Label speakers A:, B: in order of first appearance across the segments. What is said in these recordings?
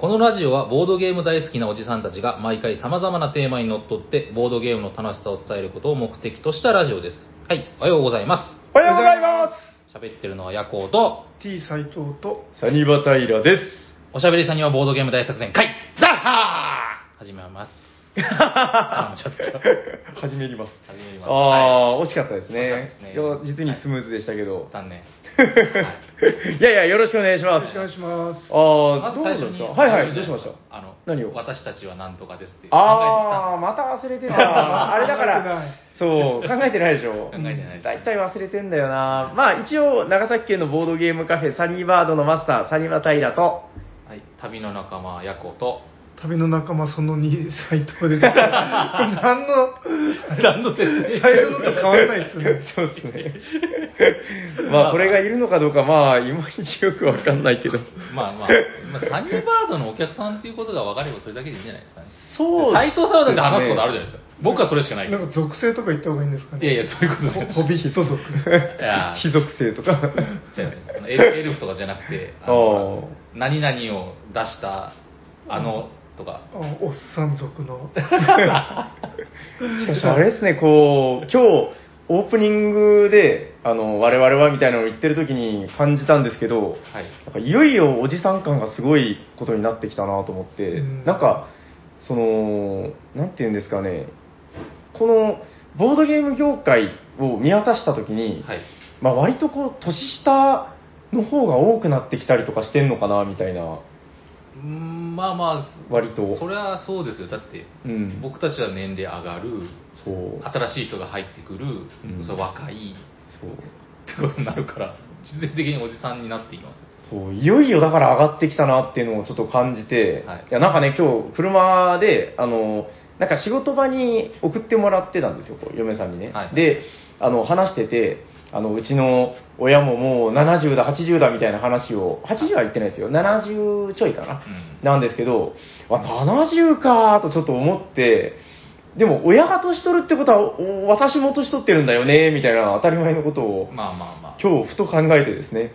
A: このラジオはボードゲーム大好きなおじさんたちが毎回様々なテーマにのっとってボードゲームの楽しさを伝えることを目的としたラジオです。はい、おはようございま。
B: おはようございます
A: 喋ってるのは夜行と、
B: す T 斎藤と
C: サニバタイラです。
A: おしゃべりさんにはボードゲーム大作戦会、ザッハー始めます。あちょっと、
C: 始めります。
A: 始めます。
C: ああ、惜しかったです
A: 惜しかった
C: ね
A: ですね。
C: いや実にスムーズでしたけど。
A: 残念。はい
C: いやいや、よろしくお願いし
B: よ
C: ま
B: ろ
C: す
B: しくお。願いします
C: あ
A: ま
C: あ、
A: ず
C: どう
A: 最
C: し
A: 初
C: まし
A: に、
C: たはいはい、どうしました
A: あの、
C: 何を
A: 私たちはなんとかですって
C: ああ、
A: 考
C: また忘れてた。あれだか
B: 考
C: ら、そ
B: えてない
C: う、考えてないでしょ。
A: 考えてない
C: 大体忘れてんだよな。まあ、一応、長崎県のボードゲームカフェ、サニーバードのマスター、サニバタイラと、
A: えてた。はい、旅の仲間、ヤコ と、
B: 旅の仲間その2斎藤ですこれ何の
A: ランドセ
B: 最初のと変わらないですね
C: そうですね。まあ、これがいるのかどうか、まあ、いまいちよくわかんないけど。
A: まあまあ、まあ、サニーバードのお客さんっていうことが分かればそれだけでいいんじゃないですかね。
C: そう
A: 斎藤さんはだって話すことあるじゃないですか。僕はそれしかない。い
B: なんか属性とか言った方がいいんですか
A: やい
B: ね
A: や、そういうことです
B: ホビヒット族
A: いや、
C: 非属性とか。
A: 違いますあのエルエルフとかじゃなくて、あの何々を出した、あの、とか。
B: あおっさん族の
C: しかし、あれですね、こう、今日、オープニングで、あの、我々はみたいなのを言ってる時に感じたんですけど、
A: はい。
C: なんかいよいよおじさん感がすごいことになってきたなと思って、
B: うん
C: なんか、その、なんていうんですかね、この、ボードゲーム業界を見渡した時に、
A: はい。
C: まあ、割とこう年下の方が多くなってきたりとかしてんのかなみたいな、
A: うーんまあまあ、
C: 割と
A: それはそうですよ。だって、
C: うん、
A: 僕たちは年齢上がる、
C: そう
A: 新しい人が入ってくる、
C: うん
A: それ若い
C: そう
A: ってことになるから、自然的におじさんになっていきますよ。
C: そういよいよだから上がってきたなっていうのをちょっと感じて、
A: はい
C: やなんかね今日車であのなんか仕事場に送ってもらってたんですよこう嫁さんにね、
A: はい
C: であの話しててあのうちの親ももう70だ80だみたいな話を80は言ってないですよ70ちょいかな、
A: うん
C: なんですけど、あ、70かーとちょっと思って、でも親が年取るってことは、お私も年取ってるんだよね、みたいな当たり前のことを、
A: まあまあまあ。
C: 今日ふと考えてですね、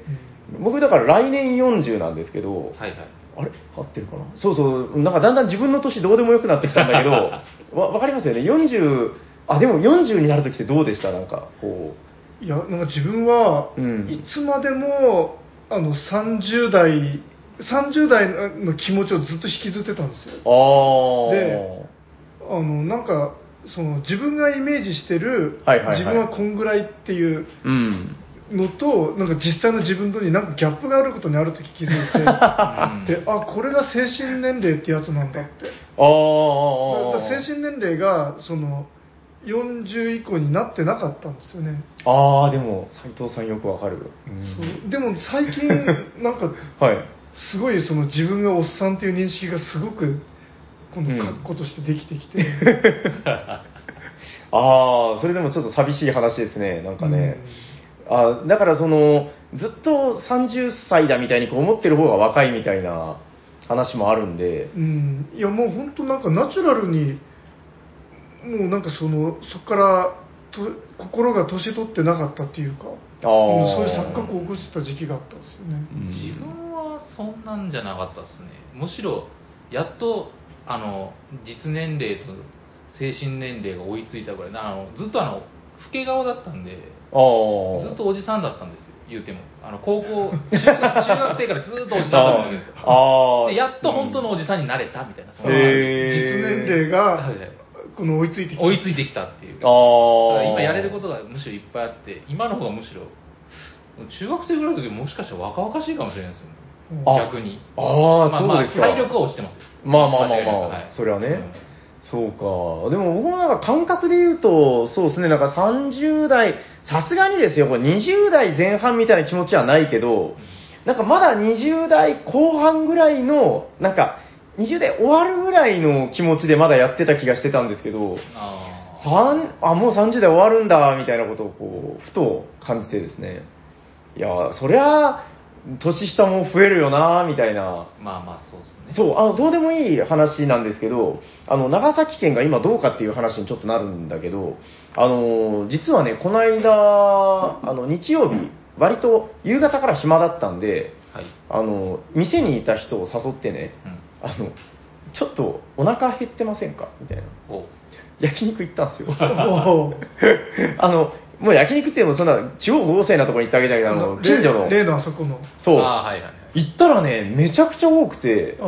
C: 僕だから来年40なんですけど、
A: はいはい。
C: あれ合ってるかなそうそう、なんかだんだん自分の年どうでもよくなってきたんだけど、 わわかりますよね、40、あ、でも40になるときってどうでしたなんか、こ
B: いやなんか自分は、
C: うん
B: いつまでもあの30代30代の気持ちをずっと引きずってたんですよ
C: う。あー。
B: であのなんかその自分がイメージしてる、
C: はいはいはい
B: 自分はこんぐらいっていう
C: うん。
B: のとなんか実際の自分とになんかギャップがあることにある時気づいて
A: うん
B: であこれが精神年齢ってやつなんだってだ
C: あー。
B: から精神年齢がその40以降になってなかったんですよね、
C: ああでも斉藤さんよくわかる、
B: そうでも最近なんか
C: はい
B: すごいその自分がおっさんっていう認識がすごくこ
C: うん
B: の確固としてできてきて、
C: ああそれでもちょっと寂しい話ですねなんかね、あーだからそのずっと30歳だみたいにこう思ってる方が若いみたいな話もあるんで
B: うん、いやもう本当なんかナチュラルにもうなんかそのそこからと心が年取ってなかったっていうか
C: ああ
B: うんそういう錯覚を起こしてた時期があったんですよね、
A: 自分はそんなんじゃなかったですねむしろやっとあの実年齢と精神年齢が追いついたぐらいなあのずっとあの老け顔だったんで
C: ああ
A: ずっとおじさんだったんですよ言うてもあの高校中学中学生からずっとおじさんだったんですよ
C: ああ
A: でやっと本当のおじさんになれたみたいなその
C: へー
B: 実年齢
A: は
B: が
A: いはい
B: この追いついてきた
A: 追いついてきたっていうだから
C: ああ
A: 今やれることがむしろいっぱいあって今の方がむしろ中学生ぐらいの時もしかしたら若々しいかもしれないですよね
B: うん
C: あ
A: 逆に
C: ああ
A: ま
C: そうですか
A: まあ、体力は落ちてますよ
C: まあまあまあまあ、
A: 間違いなくはい
C: それはね、
A: うん
C: そうか、でも僕もなんか感覚で言うと、そうですね、なんか30代、さすがにですよ、これ20代前半みたいな気持ちはないけど、なんかまだ20代後半ぐらいの、なんか20代終わるぐらいの気持ちでまだやってた気がしてたんですけど、
A: あー
C: さんあもう30代終わるんだみたいなことをこうふと感じてですね、いや、そりゃ、年下も増えるよなみたいな。
A: まあまあそうですね
C: そう、あの、どうでもいい話なんですけど、あの、長崎県が今どうかっていう話にちょっとなるんだけど、あの、実はね、この間、あの、日曜日、割と夕方から暇だったんで、
A: はい、
C: あの、店にいた人を誘ってね、
A: うん
C: あの、ちょっとお腹減ってませんかみたいな。
A: お
C: 焼肉行ったんですよ。
B: お ー
C: あの、もう焼肉ってもうそんな地方豪勢なところに行ったわけじゃなくて、あの、近所の。
B: 例例のあそこの
C: そう。
A: ああはいはいはい
C: 行ったらね、めちゃくちゃ多くて、
B: あ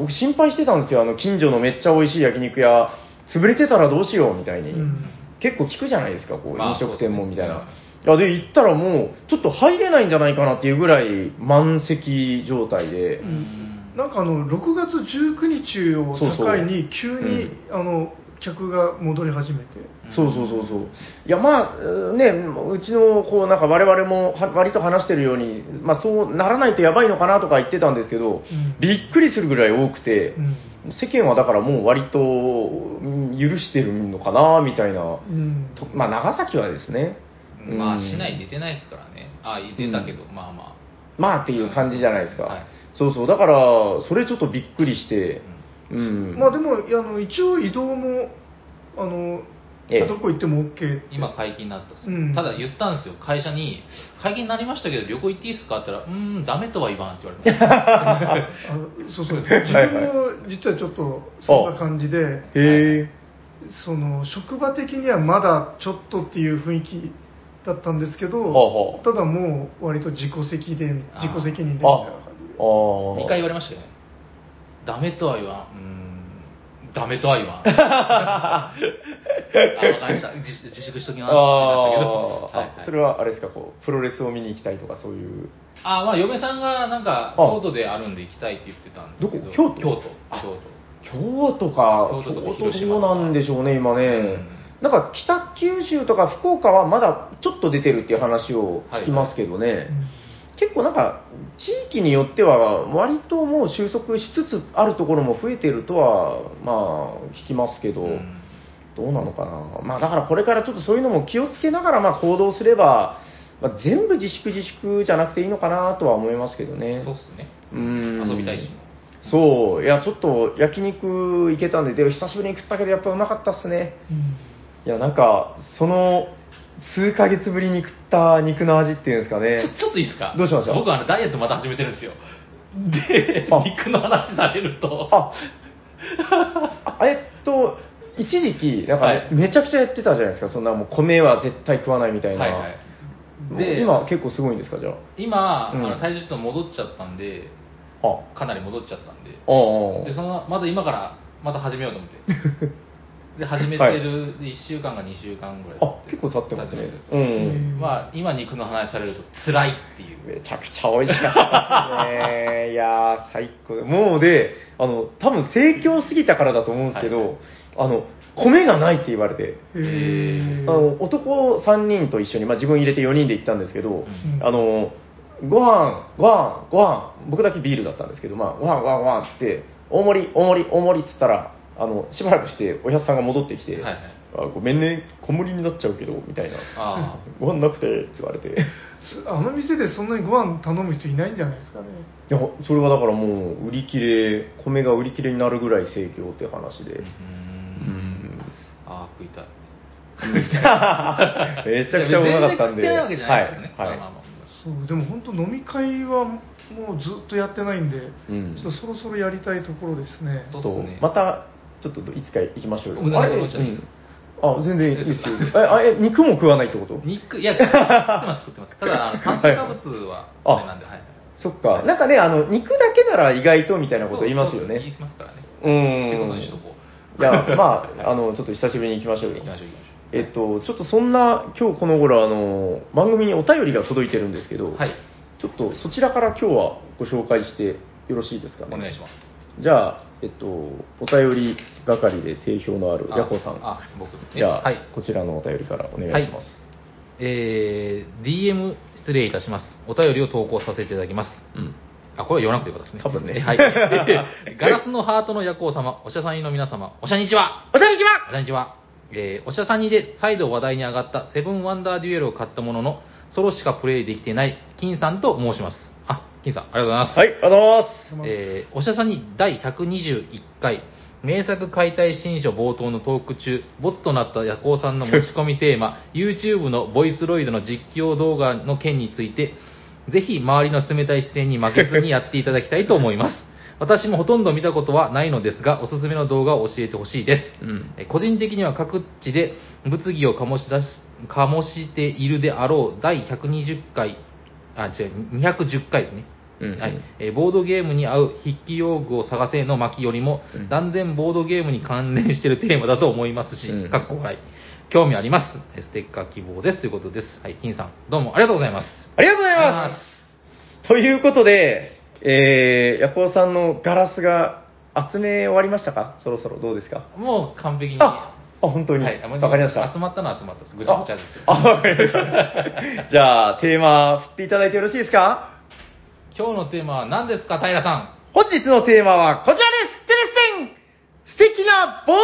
C: 僕心配してたんですよ。あの、近所のめっちゃ美味しい焼肉屋、潰れてたらどうしようみたい
B: あ、
C: に。
B: うん、
C: 結構聞くじゃないですか、こう、
A: まあ
C: 飲食店もみたいな。い
A: そ
C: やで、行ったらもう、ちょっと入れないんじゃないかなっていうぐらい満席状態で
B: う、んなんかあの6月19日を境に急にあの客が戻り始めて
C: そうそうそうそう。いや、まあ、うーね、うちの、こう、なんか我々もは割と話してるように、まあ、そうならないとやばいのかなとか言ってたんですけど、
B: うん
C: びっくりするぐらい多くて、
B: うん
C: 世間はだからもう割とうん許してるのかな、みたいな。
B: うん
C: とまあ、長崎はですね。
A: まあ
C: うん
A: 市内出てないですからねああ出たけど、まあま
C: まあっていう感じじゃないですか。
A: はい
C: そうそう。だから、それちょっとびっくりして、うん。
B: まあでもあの一応移動もあの、
C: ええ
B: どこ行っても OK って
A: あ今解禁になったっす、
B: うん
A: ただ言ったんですよ会社に解禁になりましたけど旅行行っていいっすかって言ったらうーんダメとは言わんって言われました
B: あそうそう
C: はいはい
B: 自分も実はちょっとそんな感じで
C: へえ。
B: その職場的にはまだちょっとっていう雰囲気だったんですけど、
C: はあはあ
B: ただもう割と自己責で
A: あー
B: 自己責任でみたい
C: あ
B: な感じで
C: あー。
A: 2回言われましたよねダメとは言わんうーんダメとは言 わんあ分かりました自自粛しときますって
C: あー
A: なったけど、はいはい
C: あそれはあれですかこうプロレスを見に行きたいとかそういう
A: あまあ嫁さんがなんか
C: あ
A: 京都であるんで行きたいって言ってたんですけど
C: どこ京都
A: 京都
C: あ
A: 京
C: 京都か
A: 京都とか
C: 京
A: 広
C: ど
A: 島
C: うなんでしょうね今ね、
A: うん
C: なんか北九州とか福岡はまだちょっと出てるっていう話を聞きますけどね、結構なんか地域によっては割ともう収束しつつあるところも増えてるとはまあ聞きますけど、
A: 都うん
C: どうなのかな、まあ、だからこれからちょっとそういうのも気をつけながらまあ行動すれば、まあ、全部自粛自粛じゃなくていいのかなとは思いますけどね
A: そうっすね
C: うん
A: 遊びたいし
C: そういやちょっと焼肉行けたんでで久しぶりに食ったけどやっぱうまかったっすね
B: うん
C: いやなんかその数ヶ月ぶりに食った肉の味っていうんですかね
A: ち ょちょっといいですか
C: どうしました
A: 僕あのダイエットまた始めてるんですよで
C: あ
A: 肉の話されると
C: ああえっと一時期なんか、ね
A: はい
C: めちゃくちゃやってたじゃないですかそんなもう米は絶対食わないみたいな、
A: はいはい
C: で
A: で
C: 今結構すごいんですかじゃあ
A: 今、
C: うん
A: あの体重ちょっと戻っちゃったんで
C: あ
A: かなり戻っちゃったんで
C: ああ
A: でそのまだ今からまた始めようと思って で始めてる1週間か2週間ぐらい経
C: あ結構経ってますね
A: 経
C: う
B: うん
C: ん
A: まあ今肉の話されると辛いっていう
C: めちゃくちゃ美味しかった ですねいやー最高もうであの多分盛況すぎたからだと思うんですけど、
A: はいはい
C: あの米がないって言われて、
B: へえ
C: あの男3人と一緒に、まあ、自分入れて4人で行ったんですけど、
A: うん
C: あのご飯ご飯ご飯僕だけビールだったんですけど、まあ、ご飯ご飯ご飯っつって大盛り大盛り大盛りっつったらあのしばらくしておやっさんが戻ってきて、
A: はいはい
C: あごめんね小盛りになっちゃうけどみたいな
A: ああ
C: ご飯なくてって言われて。
B: すあの店でそんなにご飯頼む人いないんじゃないですかね
C: いやそれはだからもう売り切れ米が売り切れになるぐらい盛況って話
A: う
C: で、
A: ーんああ食いたい
C: めちゃくちゃうまかったんで
A: いや全然食ってないわけじゃないですよね、
C: はい、はい
A: まあまあま
B: そうでも本当飲み会はもうずっとやってないんで、
C: うん
B: ちょっとそろそろやりたいところですね
A: そう
C: ちょっとまたちょっといつか行きましょうよ
A: 僕だけ
C: あれ
A: 残っちゃっていいです
C: うんあ全然いいですよえあえ肉も食わないってこと
A: あ肉いや食ってます食って ますただあの炭水化物は
C: はい
A: あれなんではい
C: そっかなんかねあの肉だけなら意外とみたいなこと言いますよ
A: そうそうそう言
C: ね
A: いますからね
C: う
A: ってこと
C: ん
A: にしとこ
C: いやまああのちょっと久しぶりに行きましょ
A: う
C: う
A: 行
C: よ
A: きましょう行きまし
C: えっと、ちょっとそんな、今日この頃、あの、番組にお便りが届いてるんですけ
A: ょ
C: ど、
A: うはい
C: ちょっとそちらから今日はご紹介してよろしいですかね。
A: お願いします
C: じゃあ、えっと、お便り係で定評のある
A: あ
C: ヤコさん。
A: あ僕ですね
C: じゃあ、
A: はい
C: こちらのお便りからお願いします。
A: えー DM 失礼いたしますお便りを投稿させていただきます
C: うん
A: あこれは言わなくてよかったですね
C: 多分ね
A: はいガラスのハートの夜行様おしゃさんにの皆様おしゃにちは
C: おしゃれきま
A: こんにちは。えーおしゃさにで再度話題に上がったセブンワンダーデュエルを買ったものの、ソロしかプレイできてない、金さんと申します。あ、金さん、ありがとうございます。
C: はい、ありがとうございます。
A: えーおしゃさに第121回、名作解体新書冒頭のトーク中、ボツとなった夜行さんの持ち込みテーマ、YouTube のボイスロイドの実況動画の件について、ぜひ周りの冷たい視線に負けずにやっていただきたいと思います。私もほとんど見たことはないのですが、おすすめの動画を教えてほしいです。
C: うん
A: えー個人的には各地で物議を醸し出し醸しているであろう第120回、あ、違う、210回ですね。
C: うんうん
A: はいえーボードゲームに合う筆記用具を探せの巻よりも、
C: うん
A: 断然ボードゲームに関連しているテーマだと思いますし、
C: うん
A: かっこ笑い。興味あります。えーステッカー希望です。ということです。はい、金さん、どうもありがとうございます。
C: ありがとうござい
A: ありがとうござい
C: ま
A: ます
C: ということで、えー、ヤコウさんのガラスが集め終わりましたかそろそろどうですか
A: もう完璧に。
C: ああ、本当に。わ、
A: はいあもう
C: かりました
A: 集。まったのは集まったです。ぐちゃぐちゃですけど。
C: あ、わかり ました。じゃあ、テーマ振っていただいてよろしいですか
A: 今日のテーマは何ですか、平さん。
C: 本日のテーマはこちらですテレステン素敵なボードゲ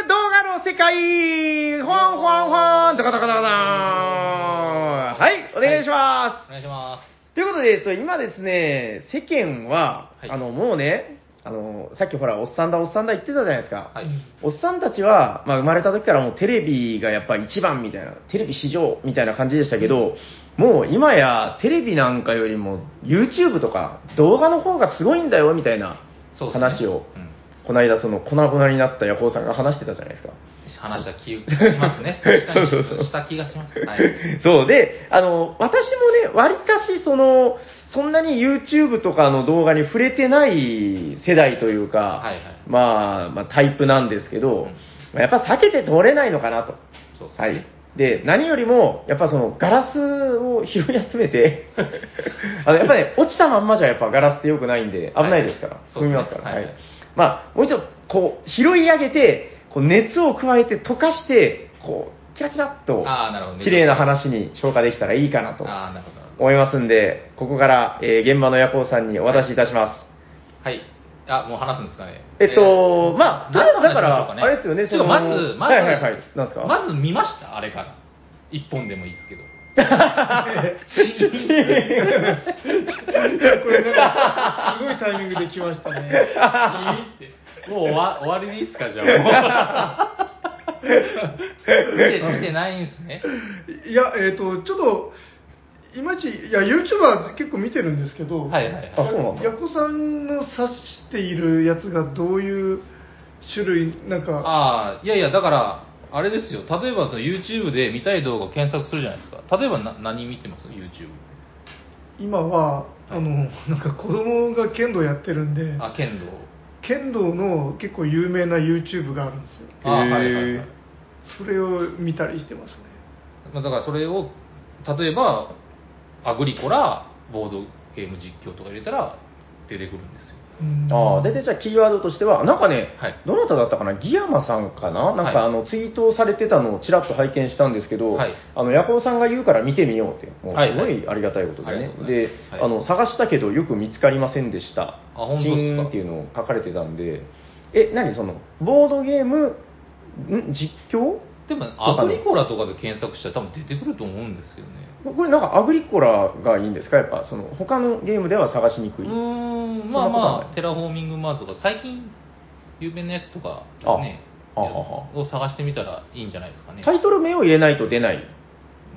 C: ーム動画の世界ほわんほわんほわんとかとかとかはい、お願いしま
A: お願いします。
C: す、ということで、えっと、今ですね、世間は、
A: はい
C: あの、もうね、あの、さっきほら、おっさんだおっさんだ言ってたじゃないですか。
A: はい。
C: おっさんたちは、まあ、生まれた時からもうテレビがやっぱ一番みたいな、テレビ史上みたいな感じでしたけど、もう今やテレビなんかよりも YouTube とか動画の方がすごいんだよみたいな
A: そうですね
C: 話を、
A: うん
C: この間その粉々になったヤコウさんが話してたじゃないですか。
A: 話した気がしますね。した
C: そうそうそう
A: した気がします。はい。
C: そうで、あの、私もね、わりかしその、そんなに YouTube とかの動画に触れてない世代というか、
A: はいはい
C: まあ、まあタイプなんですけ
A: う
C: ど、
A: ん
C: まあやっぱ避けて通れないのかなと。
A: そうですね
C: はい。で、何よりも、やっぱその、ガラスを拾い集 めて、あの、やっぱね、落ちたまんまじゃやっぱガラスって良くないんで、危ないですから、
A: はい
C: 踏みますから。
A: そうですね
C: はい
A: はい。
C: まあ、もう一度、こう、拾い上げて、こう、熱を加えて溶かして、こう、キラキラっと、
A: あーなるほどね
C: 綺麗な話に消化できたらいいかなと
A: ああ、なるほどなるほど。
C: 思いますんで、ここから、えー現場の夜行さんにお渡しいたします。
A: はい。あ、もう話すんですかね。
C: えっと、まあ、とりあえ
A: 何の話
C: ずだか
A: しましょう
C: ら、
A: かね
C: あれですよね、
A: ちょっとまず、まず、
C: はいはいはい、なんですか
A: まず見ました、あれから。一本でもいいですけど。
B: いやこれなんかすごいタイミングで来ましたね
A: もう終わ終わりですか、じゃあ もう。見て見てないんですね。
B: いやえっ、とちょっといまいちいや YouTube は結構見てるんですけど、
A: はいはいはい。
C: あそうなんだ
B: ヤコさんの指しているやつがどういう種類なんか
A: ああ、いやいや、だから、あれですよ、例えばその YouTube で見たい動画を検索するじゃないですか。例えばな何見てます ?YouTube。
B: 今はあのなんか子供が剣道やってるんで
A: あ、剣道。
B: 剣道の結構有名な YouTube があるんですよ
A: あはいはいはい
C: へー
B: それを見たりしてますね
A: まあ、だからそれを例えばアグリコラボードゲーム実況とか入れたら出てくるんですよ
B: うん
C: ああ、大体じゃあキーワードとしては、なんかね、
A: はい
C: どなただったかな、ギヤマさんかな、なんか
A: はい
C: あのツイートされてたのをちらっと拝見したんですけど、
A: はい
C: あのヤコウさんが言うから見てみようって、もう
A: はい
C: すごいありがたいことでね、
A: ありがとうござい
C: で
A: ますはい
C: あの探したけど、よく見つかりませんでした、
A: 本当です
C: チ
A: か
C: ーンっていうのを書かれてたんで、え、何、その、ボードゲーム、ん実況
A: でもアグリコラとかで検索したら多分出てくると思うんですけどね
C: これ、なんかアグリコラがいいんですか、やっぱ、その他のゲームでは探しに
A: う
C: くい。
A: ーん
C: そん
A: まあ
C: なことはない
A: まあテラフォーミングマーズとか最近有名なやつとかね
C: ああは
A: を探してみたらいいんじゃないですかね
C: タイトル名を入れないと出ない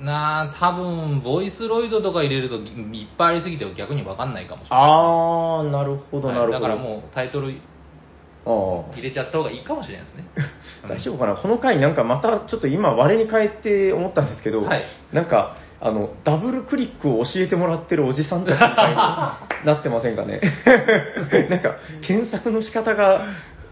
A: なあ多分ボイスロイドとか入れるといっぱいありすぎて逆に分かんないかもしれない
C: あー、なるほど、
A: はい
C: なるほど。
A: だからもうタイトル
C: ああ
A: 入れちゃった方がいいかもしれないですね
C: 大丈夫かな、この回、なんかまたちょっと今、我に返って思ったんですけど、
A: はい
C: なんかあのダブルクリックを教えてもらってるおじさんたちみたいになってませ んかね、なんか検索の仕方が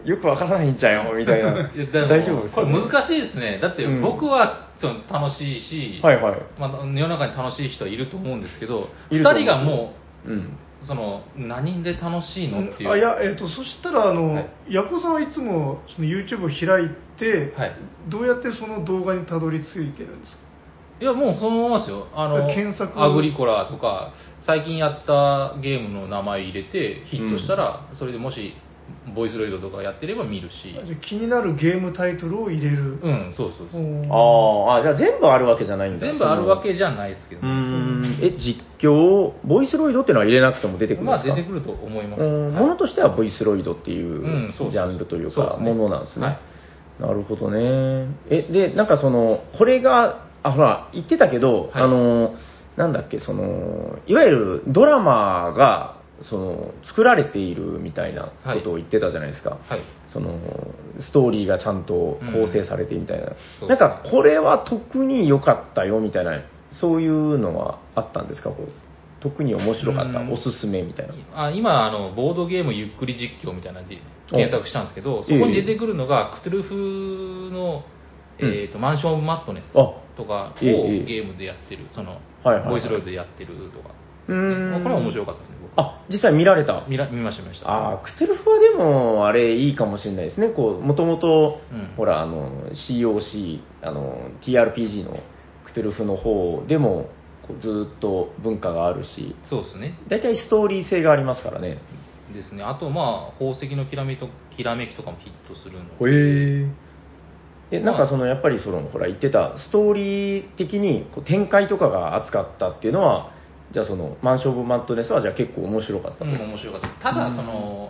C: よくわからないんじゃよみたいな、
A: いやでも
C: 大丈夫です
A: こ
C: か
A: れ
C: ね、
A: 難しいですねだって
C: うん
A: 僕はその楽しいし、
C: はいはい、
A: まあ、世の中に楽しい人はいると思うんですけど
C: い
A: 2
C: ると
A: 人
C: 思います
A: がも
C: うん、
A: うその何で楽しいのっていう
B: あいや、えー、とそしたらあの、
A: はい
B: ヤコさんはいつもその YouTube を開いて、
A: はい
B: どうやってその動画にたどり着いてるんですか
A: いやもうそのままですよあの
B: 検索
A: アグリコラとか最近やったゲームの名前入れてヒットしたら、それでもしボイスロイドとかやってれば見るし
B: あじゃあ気になるゲームタイトルを入れる、
A: うんそうそうそう
B: おー
C: あーあ、じゃあ全部あるわけじゃないんだ、
A: 全部あるわけ
C: じ
A: じゃないですけど、
C: うーんえ実況、ボイスロイドっていうのは入れなくても出てくるんで
A: ますあ
C: か、
A: 出てくると思います、
C: うん
A: はい
C: ものとしては V スロイドってい
A: うんそうそ
C: う
A: うそう
C: ジャンルという
A: そうで
C: か、
A: すね
C: ものなんですね。
A: はい
C: なるほどね。え、で、なんかその、これが、あ、ほら、言ってたけど、
A: はい
C: あの、なんだっけ、その、いわゆるドラマが、その作られているみたいなことを言ってたじゃないですか、
A: はい
C: そのストーリーがちゃんと構成されてみたいな、
A: うん
C: なんかこれは特に良かったよみたいなそういうのはあったんですかこう特に面白かった、
A: うん
C: おすすめみたいな
A: あ今あの、ボードゲームゆっくり実況みたいなんで検索したんですけど、そこに出てくるのが、クトゥルフの、
C: うん
A: えー、とマンション・オブ・マットネス
C: あ
A: とかを
C: ええええ
A: ゲームでやってる、その
C: はいはいはい
A: ボイスロイドでやってるとか、
C: う
A: まあ
C: ん
A: これは面白かったですね、僕
C: あ実際見られた
A: 見ら見ました、見ました。
C: ああクトゥルフはでもあれいいかもしれないですねこうもともと
A: うん
C: ほらあの COC あの TRPG のクトゥルフの方でもこうずーっと文化があるし
A: そうですね。
C: 大体ストーリー性がありますからね
A: ですね。あと、まあ、宝石のきらめときらめきとかもヒットするので
C: で
B: え
C: なんかそのやっぱりそのほら言ってたストーリー的にこう展開とかが熱かったっていうのはじゃあそのマンション・オブ・マットネスはじゃあ結構面白かった
A: う
C: と、
A: ん、面白かった。ただ、その、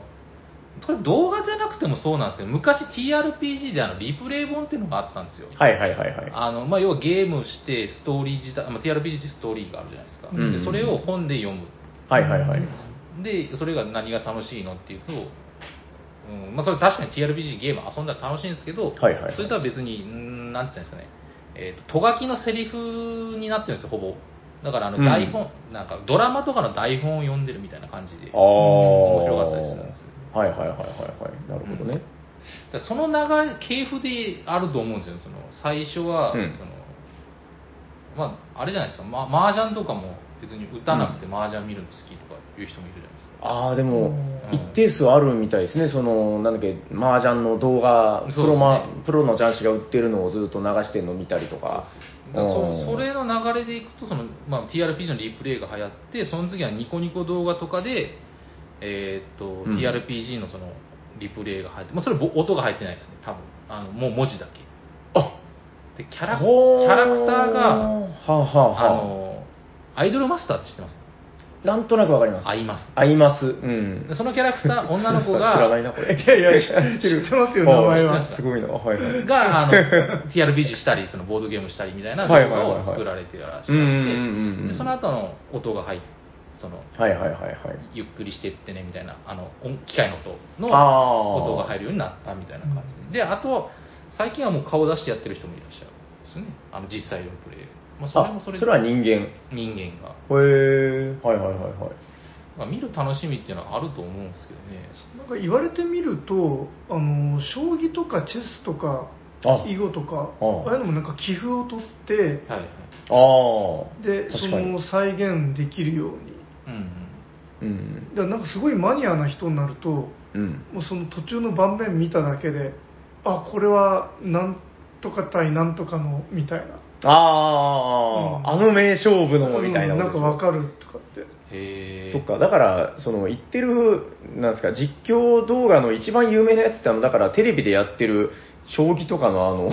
A: これ動画じゃなくてもそうなんですけど、昔 TRPG であのリプレイ本っていうのがあったんですよ。
C: はいはいはいはい
A: あのまあ、要はゲームして、ストーリー自体、まあ、TRPG ってストーリーがあるじゃないですか、
C: うん
A: でそれを本で読む、
C: はいはいはい
A: でそれが何が楽しいのっていうと、うんまあ、それ確かに TRPG ゲーム遊んだら楽しいんですけど、
C: はいはいはい
A: それとは別に、うんなんて言うんですかね、えーと、と書きのセリフになってるんですよ、ほぼ。だからあの
C: うん
A: 台本、なんかドラマとかの台本を読んでるみたいな感じで、だ
C: ああ
A: か面白かったりするんですよ
C: はいはいはいはいはいなるほどね、
A: らその流れ、系譜であると思うんですよ、その最初は、
C: うん
A: そのまあ、あれじゃないですか、ま、麻雀とかも別に打たなくて麻雀見るの好きとかいう人もいるじゃないですか。
C: ああでも
A: うん
C: 一定数あるみたいですねそのなんだっけ麻雀の動画プ
A: そう
C: ロ,、
A: です
C: プロの雀士が売ってるのをずっと流してるの見たりとか
A: だからそ
C: うん
A: それの流れでいくとその、まあ、TRPG のリプレイが流行ってその次はニコニコ動画とかで、えーっと
C: うん
A: TRPG のそのリプレイが入って、まあ、それぼ音が入ってないですね多分あのもう文字だけ
C: あ
A: でキャラキ
C: ほー
A: ャラクター
C: は
A: が
C: あはあ
A: あ
C: は
A: のアイドルマスターって知ってます
C: あなんとなくわかります
A: 合います
C: 合いますうん
A: でそのキャラク ター女の子
C: 知らな
A: が
C: いなこれ
B: いやいや知ってる知ってますよ名前は
C: あすごいなはいはい
A: があの TRPG したりそのボードゲームしたりみたいな動
C: はいはいはいは
A: 画
C: い
A: を作られてらっしゃって
C: うんうんうんうん
A: でその後の音が入ってその
C: はいはいはいはい
A: ゆっくりしてってねみたいなあの音機械の音の
C: あ
A: 音が
C: あ
A: 入るようになったみたいな感じでであと最近はもう顔出してやってる人もいらっしゃるんですねあの実際のプレイ、まあ、それも
C: あ
A: そ
C: そ
A: れ
C: れ
A: で
C: は人間へ
A: 人間が、
C: えはいはいはいはい
A: まあ、見る楽しみっていうのはあると思うんですけどね
B: なんか言われてみるとあの将棋とかチェスとか
C: あ
B: 囲碁とか
C: あ
B: ああいうのもなんか棋譜を取って
A: はいはい
C: ああ
B: でそ
C: 確かに
B: の再現できるように
A: うんうん
C: うん
B: だからなんかすごいマニアな人になるとも
C: うん
B: うその途中の盤面見ただけであこれはなんとか対なんとかのみたいな
C: ああ、
B: うん
C: あの名勝負のみたいな
B: うん
C: こ
B: な
C: とで
B: ん
C: し
B: か
C: ょ
B: わかるとかって
A: へえ
C: そっかだからその言ってるなんですか実況動画の一番有名なやつってあのだからテレビでやってる将棋とかのあの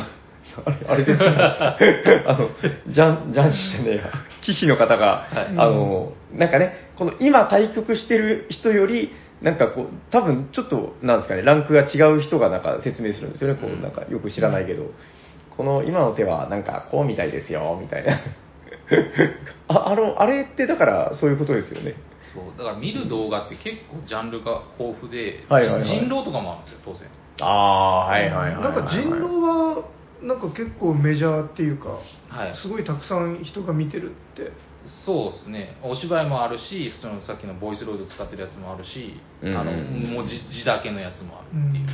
C: あれあ れですよねあのジャンジャン士じゃねえや棋士の方が、
A: はい
C: あのなんかねこの今対局してる人よりなんかこう多分ちょっとなんですかねランクが違う人がなんか説明するんですよねこうなんかよく知らないけど、この今の手はなんかこうみたいですよみたいな ああのあれってだからそういうことですよね
A: そうだから見る動画って結構ジャンルが豊富で、
C: はいはいはい
A: 人狼とかもあるんですよ当然
C: ああー、はいはいはいはい、
B: なんか人狼はなんか結構メジャーっていうか
A: はい
B: すごいたくさん人が見てるって
A: そうですねお芝居もあるし普通のさっきのボイスロイド使ってるやつもあるし、
C: うん
A: あのもう字字だけのやつもあるっていう、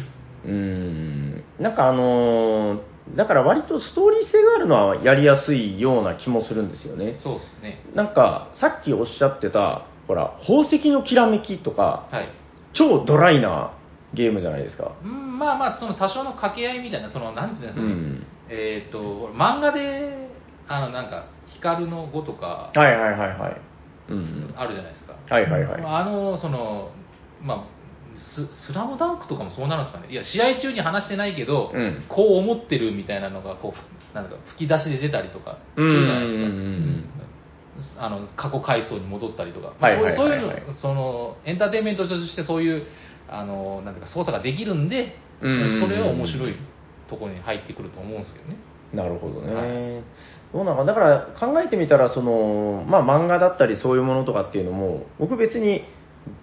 C: うーん、なんかあのーだから割とストーリー性があるのはやりやすいような気もするんですよね。
A: そうですね
C: なんか、さっきおっしゃってた、ほら、宝石のきらめきとか、
A: はい
C: 超ドライなゲームじゃないですか。
A: うんまあまあその多少の掛け合いみたいなそのなんていうんです
C: う
A: かね、
C: ん。
A: えっ、と漫画であのなんか「光の碁」とか
C: はいはいはいはい。うん。
A: あるじゃないですか、
C: はいはいはい。
A: あのそのまあススラムダンクとかもそうなるんですかねいや試合中に話してないけど、
C: うん
A: こう思ってるみたいなのがこうなんか吹き出しで出たりとかす
C: うん
A: るじゃないですか、
C: うんうん
A: あの過去回想に戻ったりとか、
C: はいはい
A: そう
C: はいはい
A: そういうのそのエンターテインメントとしてそういうあのなんていうか操作ができるんで、
C: うんうんうん
A: それは面白いところに入ってくると思うんですけどね。
C: なるほどね、
A: は
C: どうなのかだから考えてみたらその、まあ、漫画だったりそういうものとかっていうのも僕別に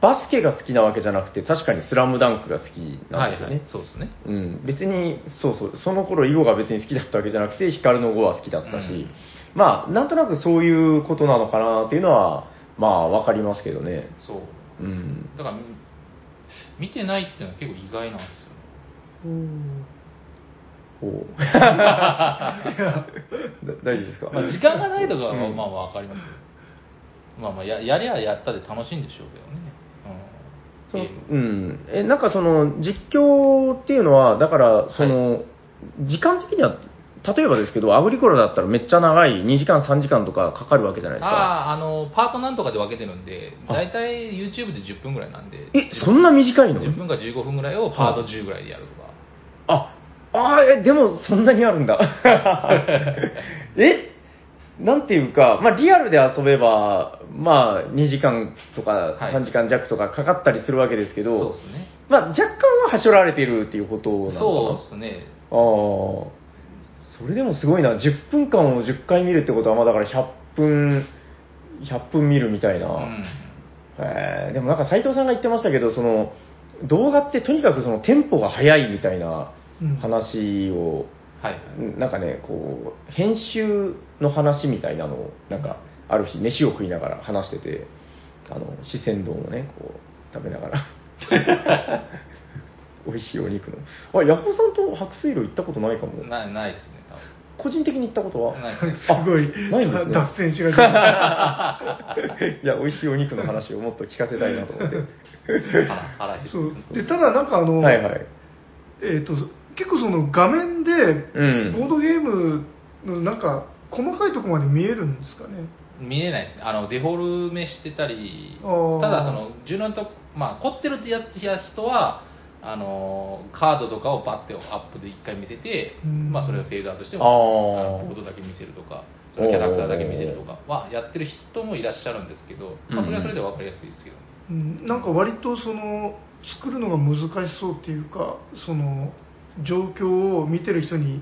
C: バスケが好きなわけじゃなくて、確かにスラムダンクが好きなんですよね。
A: はいはい、そうですね。
C: うん、別に、そうそう、その頃囲碁が別に好きだったわけじゃなくて、光の碁は好きだったし、
A: うん
C: まあ、なんとなくそういうことなのかなっていうのは、まあ、わかりますけどね。
A: そう。
C: うん。
A: だから、み見てないっていうのは結構意外なんですよね。
B: うん
C: お う だ大丈夫ですか、
A: まあ、時間がないとかはまあまあわかりますけど、まあまあややりゃやったで楽しいんでしょうけどね、う
C: そ
A: ん、
C: の
A: ゲーム
C: うん、えなんかその実況っていうのは、だからその、時間的には、例えばですけど、アグリコラだったらめっちゃ長い、2時間、3時間とかかかるわけじゃないですか。
A: あああのパートなんとかで分けてるんで
C: あ
A: 大体 YouTube で10分ぐらいなんで
C: え、そんな短いの
A: 10分か15分ぐらいをパート10ぐらいでやるとか、
C: ああーえでもそんなにある んだ。えなんていうか、まあ、リアルで遊べば、まあ、2時間とか
A: はい
C: 3時間弱とかかかったりするわけですけど、
A: そうですね
C: まあ、若干ははしょられているっていうことなのかな
A: そうですね
C: ああ、それでもすごいな、10分間を10回見るってことは、まあだから100分、100分見るみたいな、
A: うん
C: えーでもなんか斉藤さんが言ってましたけど、その動画ってとにかくそのテンポが速いみたいな
B: うん
C: 話を、
A: はい
C: なんかね、こう、編集の話みたいなのを、なんか、ある日、飯を食いながら話してて、あの四川丼をね、こう、食べながら。 美味しいお肉の。あ、ヤコさんと白水路行ったことないかも。
A: なないですね
C: 個人的に行ったこと
A: 多
C: は
A: 分ないです
B: すごい
C: ないんですね
B: 脱線しがちだ
C: いや、美味しいお肉の話をもっと聞かせたいな と思って。
A: 腹腹 減って
B: そうでただなんかあの、
C: はいはい。
B: えー、と結構その画面で、
C: うん
B: ボードゲームのなんか細かいところまで見えるんですかね
A: 見えないですねあのデフォルメしてたり
B: あー
A: ただその柔軟と、まあ、凝ってるってやつや人はあのーカードとかをバッてアップで一回見せて、
B: うん
A: まあ、それをフェードアウトして
C: あ
A: も
C: ー
A: あのボードだけ見せるとかそのキャラクターだけ見せるとかはやってる人もいらっしゃるんですけど、まあ、それはそれで分かりやすいですけど、
B: うんなんか割とその作るのが難しそうっていうかその状況を見てる人に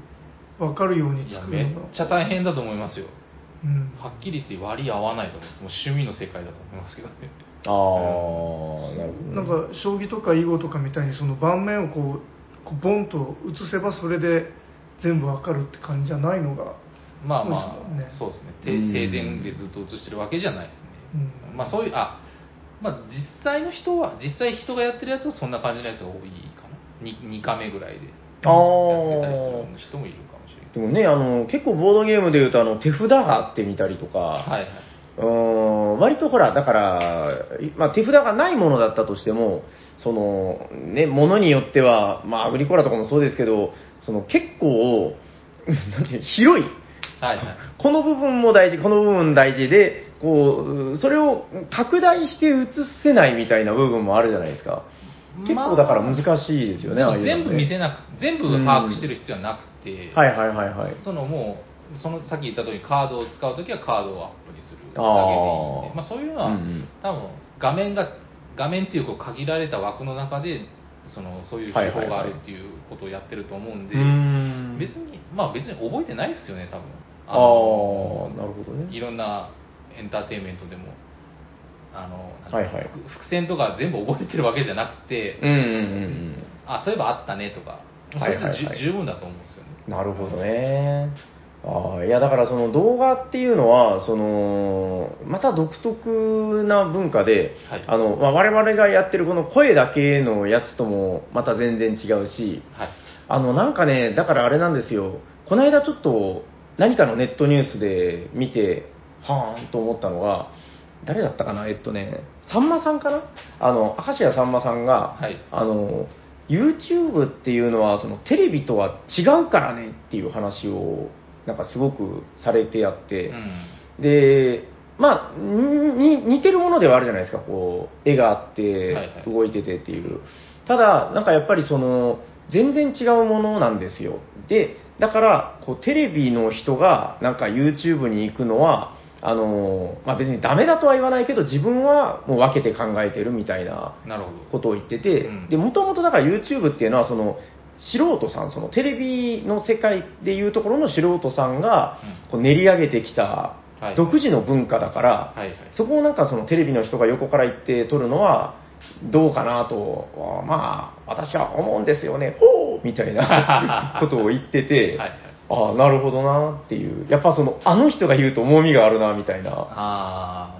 B: 分かるように
A: いや
B: 作
A: め
B: る
A: っ
B: のが
A: ちゃ大変だと思いますよ
B: うん
A: はっきり言って割り合わないと思いますもう趣味の世界だと思いますけどね
C: ああ、なるほどね。
B: なんか将棋とか囲碁とかみたいにその盤面をこうこうボンと映せばそれで全部分かるって感じじゃないのが
A: まあまあ、
B: そうですね
A: そうですねて
C: うん
A: 停電でずっと映してるわけじゃないですね、
B: うん
A: まあそういうあまあ実際の人は実際人がやってるやつはそんな感じのやつが多いかな 2, 2カメぐらいでや
C: あー
A: ってたりする人もいるかもしれない
C: でもね、あの、結構ボードゲームでいうと、あの、手札があってみたりとか、
A: はいはいう
C: ーん割とほら、だから、いまあ、手札がないものだったとしても、その、ね、ものによっては、まあ、アグリコラとかもそうですけど、その結構、なんていうの広い。
A: はいはい
C: この部分も大事、この部分大事で、こう、それを拡大して映せないみたいな部分もあるじゃないですか。結構だから難しいですよね、ああいうのね
A: 全部見せなく全部把握してる必要はなくて、
C: はいはいはいはい。
A: そのもうそのさっき言った通りカードを使うときはカードをアップにするだけでいいんで
C: あー
A: まあ、そういうのは、
C: うんうん
A: 多分画面が画面っていうこう限られた枠の中でそのそういう手法があるっていうことをやってると思うんで、
C: うーん
A: 別にまあ別に覚えてないですよね多分
C: ああ、なるほどね。
A: いろんなエンターテインメントでもあの、
C: はいはい
A: 伏伏線とか全部覚えてるわけじゃなくて、
C: うんうんうん
A: あそういえばあったねとかそれで
C: はいはいはい
A: じゅ十分だと思うんですよね
C: うん。なるほどね。ああいやだからその動画っていうのはそのまた独特な文化で、
A: はい
C: あのまあ、我々がやってるこの声だけのやつともまた全然違うし
A: はい
C: あのなんかねだからあれなんですよこの間ちょっと何かのネットニュースで見てはーんと思ったのが誰だったかなえっとねさんまさんかなあの明石家さんまさんが、
A: はい
C: あの YouTube っていうのはそのテレビとは違うからねっていう話をなんかすごくされてやって、
A: うん
C: で、まあ、にに似てるものではあるじゃないですか、こう、絵があって
A: はいは、い
C: 動いててっていう。ただ、なんかやっぱりその、全然違うものなんですよ。で、だから、こう、テレビの人が、なんか YouTube に行くのは、あの、まあ別にダメだとは言わないけど、自分はもう分けて考えてるみたいな
A: なるほど
C: ことを言ってて、
A: うん
C: で、もともとだから YouTube っていうのは、その、素人さん、そのテレビの世界でいうところの素人さんが
A: うん、
C: こう練り上げてきた
A: はい
C: 独自の文化だから、
A: はいはい
C: そこをなんかそのテレビの人が横から行って撮るのはどうかなと、まあ、私は思うんですよね、ほうみた いなことを言ってて、
A: はいはい
C: ああ、なるほどなっていう、やっぱその、あの人が言うと重みがあるなみたいな。
A: あ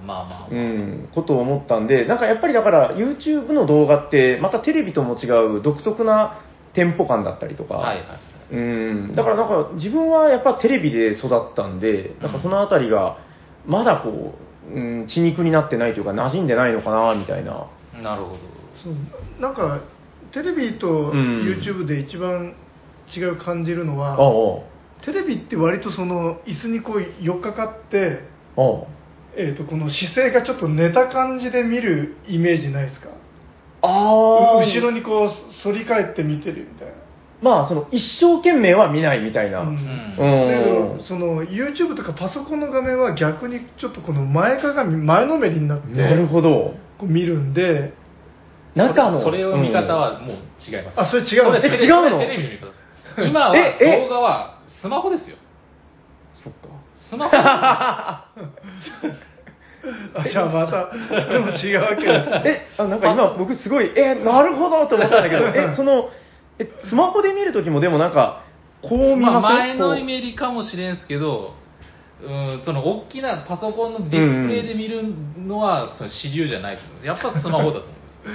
A: あまあまあ、
C: うん、ことを思ったんで、なんかやっぱりだから、YouTube の動画って、またテレビとも違う独特なテンポ感だったりとか、
A: はいはいはい
C: うん、だからなんか自分はやっぱテレビで育ったんで、なんかそのあたりが、まだこう、うん、血肉になってないというか、馴染んでないのかな、みたいな。
A: なるほど
B: そうなんかテレビと
C: うん
B: YouTube で一番違う感じるの
C: ああ、
B: は、
C: あ
B: テレビって割とその椅子にこう寄っかかって、
C: あ、
B: えー、とこの姿勢がちょっと寝た感じで見るイメージないですか
C: ああ、
B: 後ろにこう反り返って見てるみたいな
C: まあ、その、一生懸命は見ないみたいな。
B: う
C: うんん。
B: だけどその YouTube とかパソコンの画面は逆にちょっとこの前かがみ前のめりになって
C: なるほど。
B: こう見るんで
C: 中の。
A: それそれを見方
C: うん
A: はもう違います、
B: あそれ違うんで
A: それ
B: すか
A: テレビ
C: 違うの
A: テレビの見方です今は
C: ええ
A: 動画はスマホですよ
C: そっか。
A: スマホ
B: あじゃあまたでも違うわけです
C: え、あなんか今僕すごい、え、なるほどと思ったん だけど、え、その、え、スマホで見るときもでもなんか、こう見
A: まあ
C: ません
A: 前の
C: こう
A: イメージかもしれんすけどうんその大きなパソコンのディスプレイで見るのはその主流じゃないと思うんですやっぱスマホだと思うんです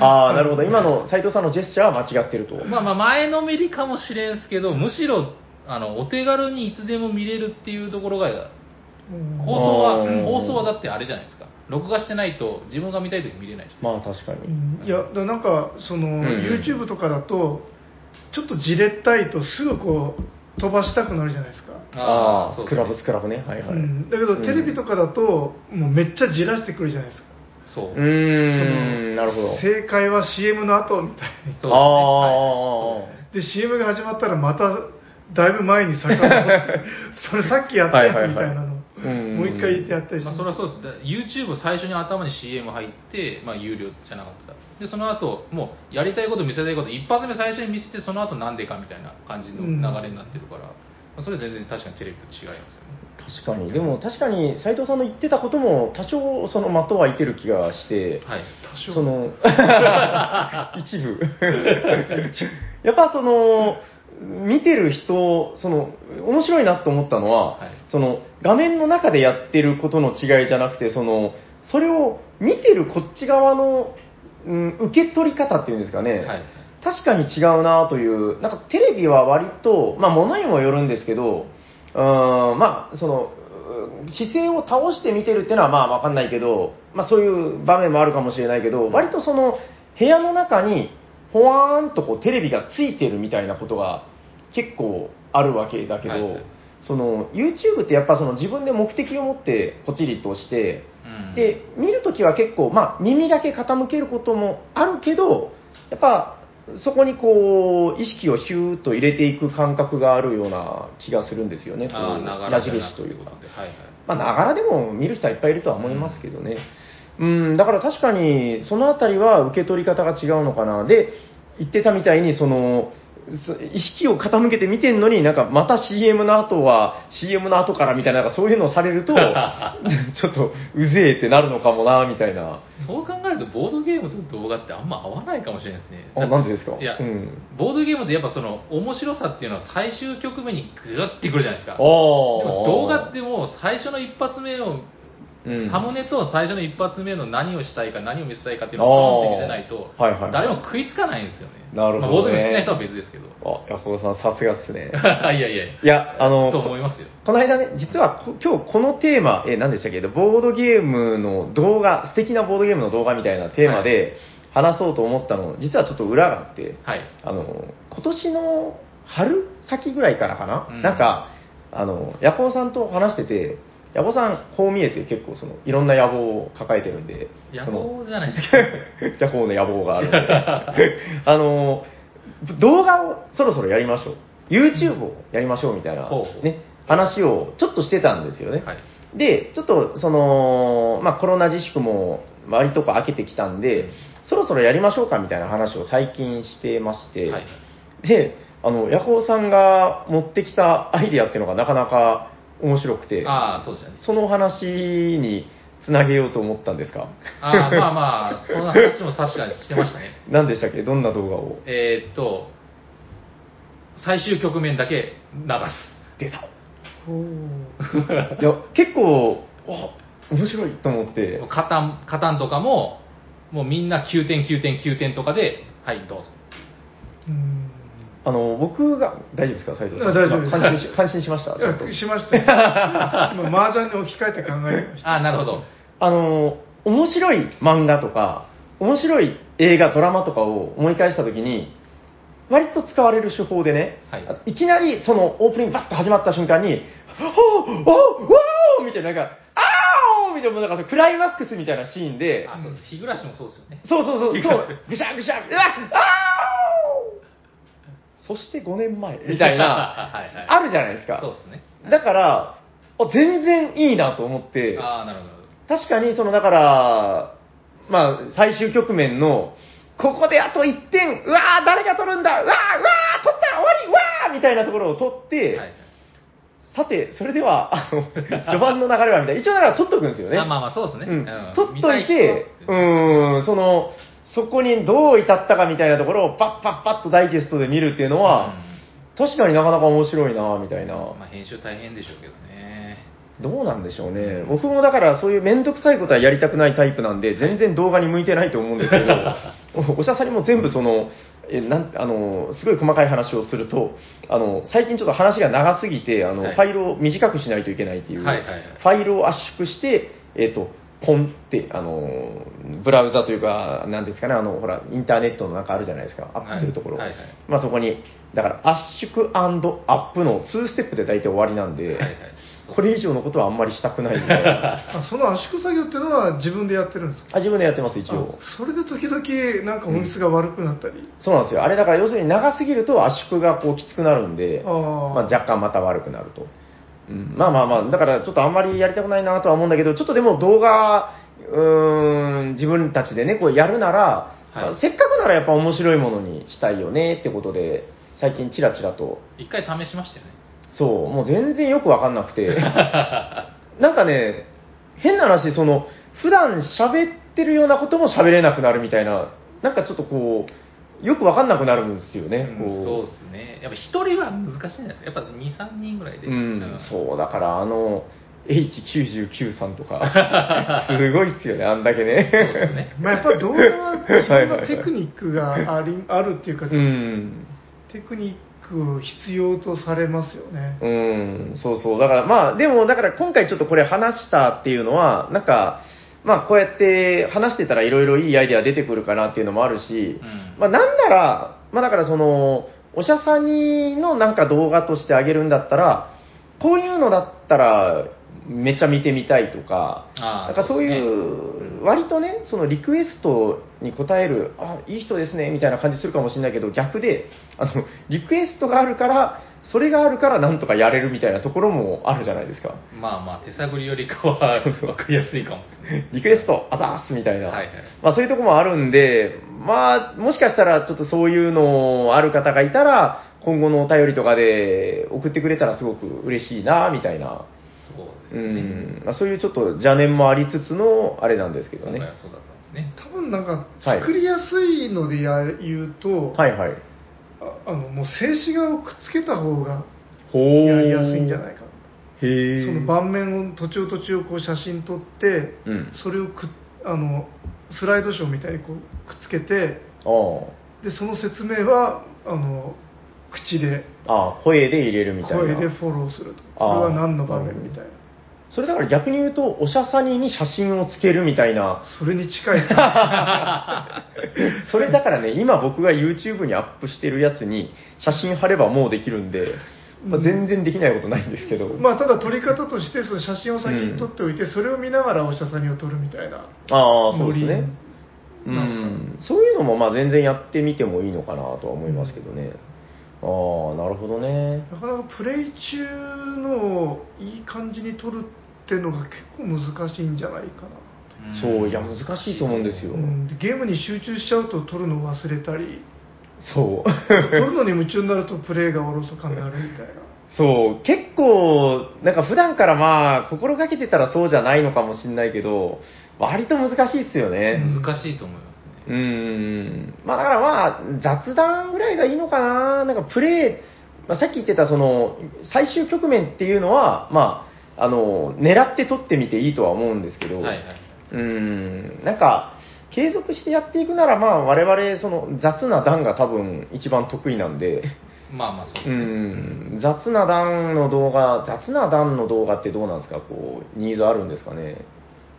C: ああ、なるほど。今の斉藤さんのジェスチャーは間違ってると。
A: まあまあ前のめりかもしれんすけど、むしろあのお手軽にいつでも見れるっていうところが、
B: うん
A: 放送は、
C: あー
A: 放送はだってあれじゃないですか、録画してないと自分が見たいとき見れないじゃ
C: まあ確かに。
B: いやだからなんかその、
C: んうん
B: YouTube とかだとちょっとじれったいとすぐこう飛ばしたくなるじゃないですか、
A: ん
C: ああ、
A: そうです
C: ク
A: ね
C: ラブスクラブね。はいはい。
B: うん、だけどテレビとかだと、もうめっちゃじらしてくるじゃないですか
A: そう
C: うー
B: その
C: ん、なるほど。
B: 正解は CM の後みたいに
A: そうですねはい
C: あ
A: そうですね
B: で CM が始まったらまただいぶ前に遡って それさっきやったや
C: はいはいはい
B: つみたいなの、
C: うん
B: もう一回言ってやったりし
A: まあ、
B: ます、
A: それはそうですだ YouTube 最初に頭に CM 入って、まあ、有料じゃなかったでその後もうやりたいこと見せたいこと一発目最初に見せてその後なんでかみたいな感じの流れになってるから、まあ、それ全然確かにテレビと違いますよね
C: 確かに。でも確かに斉藤さんの言ってたことも多少その的は空いてる気がして、
A: はい
C: その一部やっぱその見てる人その面白いなと思ったのは、
A: はい
C: その画面の中でやってることの違いじゃなくてそのそれを見てるこっち側の、うん、受け取り方っていうんですかね、
A: はい
C: 確かに違うなという、なんかテレビは割と、まあ、ものにもよるんですけど、うーん、まあ、その、うーん姿勢を倒して見てるっていうのは、まあ、わかんないけど、まあ、そういう場面もあるかもしれないけど、割とその、部屋の中に、ほわーんとこうテレビがついてるみたいなことが結構あるわけだけど、
A: はい
C: その、YouTube ってやっぱその自分で目的を持ってポチリとして、
A: うん
C: で見るときは結構、まあ、耳だけ傾けることもあるけどやっぱそこにこう意識をヒューッと入れていく感覚があるような気がするんですよね、こう
A: ああ、なが
C: 矢
A: らじゃな
C: 印
A: く
C: と
A: て
C: いうか、
A: ことではいはい。
C: まあ、ながらでも見る人はいっぱいいるとは思いますけどね、うん、だから確かにそのあたりは受け取り方が違うのかな、で言ってたみたいにその、そ意識を傾けて見てるのに、なんかまた CM の後は CM の後からみたいな、なんかそういうのをさ れると、ちょっとうぜえってなるのかもな、みたいな。
A: そう考えると、ボードゲームと動画ってあんま合わないかもしれないですね。
C: あ、なんでですか
A: いや、
C: うん。
A: ボードゲームってやっぱその面白さっていうのは最終局面にグッてくるじゃないですか。
C: ああ。、
A: でも動画っててもう最初の一発目を、
C: うん
A: サムネと最初の一発目の何をしたいか何を見せたいかっていうのをドンって見せないと
C: あーはいはいはい
A: 誰も食いつかないんですよね。
C: なるほどね
A: まあボードゲーム好きな人は別ですけど。
C: あ、ヤコウさん、さすがっすね。
A: いやいやい
C: いや、あ
A: や。
C: の、
A: と思いますよ。
C: この間ね、実はこ今日このテーマ、えー、何でしたっけ、ボードゲームの動画、素敵なボードゲームの動画みたいなテーマで話そうと思ったの、実はちょっと裏があって、
A: はい。
C: あの、今年の春先ぐらいからかな、
A: うん
C: なんか、あの、ヤコウさんと話してて、ヤコウさん、こう見えて結構その、いろんな野望を抱えてるんで、
A: 野
C: その
A: 望じゃない ですけど。
C: ヤホーの野望がある のであの動画をそろそろやりましょう YouTube をやりましょうみたいな、
A: ほうほう
C: ね、話をちょっとしてたんですよね、
A: はい。
C: でちょっとその、まあ、コロナ自粛も割とこう開けてきたんで、そろそろやりましょうかみたいな話を最近してまして、
A: はい
C: であのヤホーさんが持ってきたアイディアっていうのがなかなか面白くて、
A: ああそうじゃね
C: そのお話につなげようと思ったんですか
A: ああまあまあそんな話も確かにしてましたね
C: 何でしたっけどんな動画を
A: えーっと最終局面だけ流
C: 出た
B: お ー
C: いや結構あ面白いと思って
A: すカタンカタンとかももうみんな9点9点9点とかではい どうぞ
B: うん
C: あの僕が大丈夫ですか斉藤さん
B: あ大丈夫です
C: 感心し感心しました
B: い
C: ちょっと
B: やし ましたよ今麻雀に置き換えて考えました
A: ああなるほど
C: あの面白い漫画とか面白い映画ドラマとかを思い返した時に割と使われる手法でね、
A: はい
C: あいきなりそのオープニングバッと始まった瞬間に「おーおーおーみたいななんか「あーお!」みたいななんかクライマックスみたいなシーンで
A: あそうです日暮らしもそうですよね
C: そうそうそう
A: い
C: そ
A: かが
C: うぐしゃぐしゃうわあーそして5年前みたい な
A: はいはい
C: あるじゃないですか
A: そうですね
C: だからあ全然いいなと思って
A: ああなるほどなるほど
C: 確かに、その、だから、まあ、最終局面の、ここであと1点、うわー、誰が取るんだ、うわー、うわー、取った、終わり、うわーみたいなところを取って、
A: はいはい
C: さて、それでは、あの、序盤の流れは、みたいな。一応、だから取っとくんですよね。
A: あまあまあそうですね、
C: うん
A: うん
C: 取っといて、
A: 見た人
C: う
A: は
C: ーん、その、そこにどう至ったかみたいなところを、パッパッパッとダイジェストで見るっていうのは、確かになかなか面白いなみたいな。
A: うんまあ、編集大変でしょうけどね
C: どうなんでしょうね、僕もだからそういう面倒くさいことはやりたくないタイプなんで、全然動画に向いてないと思うんですけ ど、おおしゃさんにも全部その、えなんあのすごい細かい話をするとあの、最近ちょっと話が長すぎてあの、
A: はい
C: ファイルを短くしないといけないっていう、
A: はいはいはい
C: ファイルを圧縮して、えっとポンってあの、ブラウザというか、なんですかねあの、ほら、インターネットの中あるじゃないですか、アップするところ、
A: はいはいはい
C: まあ、そこに、だから圧縮アップの2ステップで大体終わりなんで。
A: はいはい
C: これ以上のことはあんまりしたくない んであ
B: あその圧縮作業っていうのは自分でやってるんですか
C: 自分でやってます一応
B: あそれで時々なんか音質が悪くなったり、
C: そうなんですよあれだから要するに長すぎると圧縮がこうきつくなるんで
B: あー
C: まあ、若干また悪くなると、うん、まあまあまあだからちょっとあんまりやりたくないなとは思うんだけどちょっとでも動画うーん自分たちでねこうやるなら、
A: はい
C: まあせっかくならやっぱ面白いものにしたいよねってことで最近チラチラと
A: 一回試しましたよね
C: そう、もう全然よくわかんなく て、なんかね、変な話、その、普段喋ってるようなことも喋れなくなるみたいな、なんかちょっとこう、よくわかんなくなるんですよね、こ
A: うんそうですねやっぱ一人は難しいんじゃないですかやっぱ23人ぐらいで、
C: うん、そう、だからあの、H99 さん とか、すごいっすよね、あんだけ
A: そうです
C: ね。
A: ね
B: まあ、やっぱり動画は自分のテクニックがありあるっていうか、
C: うん。
B: テクニックを必要とされますよね、
C: うん、そうそう。だからまあ、でもだから今回ちょっとこれ話したっていうのは、なんか、まあこうやって話してたらいろいろいいアイデア出てくるかなっていうのもあるし、
A: うん
C: まあなんなら、まあだからその、おしゃさにのなんか動画としてあげるんだったら、こういうのだったらめっちゃ見てみたいとか、
A: あ
C: な
A: あ
C: んかそう
A: ですね
C: いう、割とね、そのリクエストに応える、あ、いい人ですね、みたいな感じするかもしれないけど、逆で、あの、リクエストがあるから、それがあるからなんとかやれるみたいなところもあるじゃないですか。
A: まあまあ手探りよりかは分かりやすいかもですね
C: リクエスト、あざーすみたいな。
A: はいはい
C: まあそういうとこもあるんで、まあ、もしかしたらちょっとそういうのある方がいたら、今後のお便りとかで送ってくれたらすごく嬉しいな、みたいな。
A: そう
C: う
A: ですね、
C: ん。まあそういうちょっと邪念もありつつの、あれなんですけど
A: 今
C: ね。
A: 回はそうだったんですね
B: 多分なんか
C: はい
B: 作りやすいのでやる言うと、
C: はいはい。
B: ああのもう静止画をくっつけた方が
C: ほ
B: やりやすいんじゃない
C: か。
B: か
C: へ
B: な
C: ー
B: その盤面を途中途中こう写真撮って、
C: うん
B: それをくっあのスライドショーみたいにこうくっつけて
C: あ
B: でその説明はあの口で
C: あああ、声で入れるみたいな。
B: 声でフォローすると
C: あー
B: これは何の場面みたいな
C: それだから逆に言うと、おしゃさにに写真をつけるみたいな。
B: それに近い 感
C: それだからね、今僕が YouTube にアップしてるやつに写真貼ればもうできるんで、まあ、全然できないことないんですけど。
B: じまあただ撮り方としてその写真を先に撮っておいて、それを見ながらお医者さんにを撮るみたいな
C: ああ、そうですね。う
B: 森なんか
C: ん、そういうのもまあ全然やってみてもいいのかなとは思いますけどね。ああ、なるほどね。
B: なかなかプレイ中のいい感じに撮るってのが結構難しいんじゃないかな、
A: ん
C: そういや難しいと思うんですよ
B: うんでゲームに集中しちゃうと撮るの忘れたり
C: そう。
B: 撮るのに夢中になるとプレイがおろそかになるみたいな
C: そう、結構、なんか普段からまあ、心がけてたらそうじゃないのかもしれないけど、割と難しいっすよね。
A: 難しいと思いますね
C: うーん。まあだからまあ、雑談ぐらいがいいのかな。なんかプレイ、まあ、さっき言ってたその、最終局面っていうのは、まあ、あの、狙って取ってみていいとは思うんですけど、
A: はいはいう
C: ーん、なんか、継続してやっていくなら、まあ我々、その雑な段が多分一番得意な んで、
A: まあまあそうです
C: う
A: ね、
C: ん、雑な段の動画、雑な段の動画ってどうなんですかこう、ニーズあるんですかね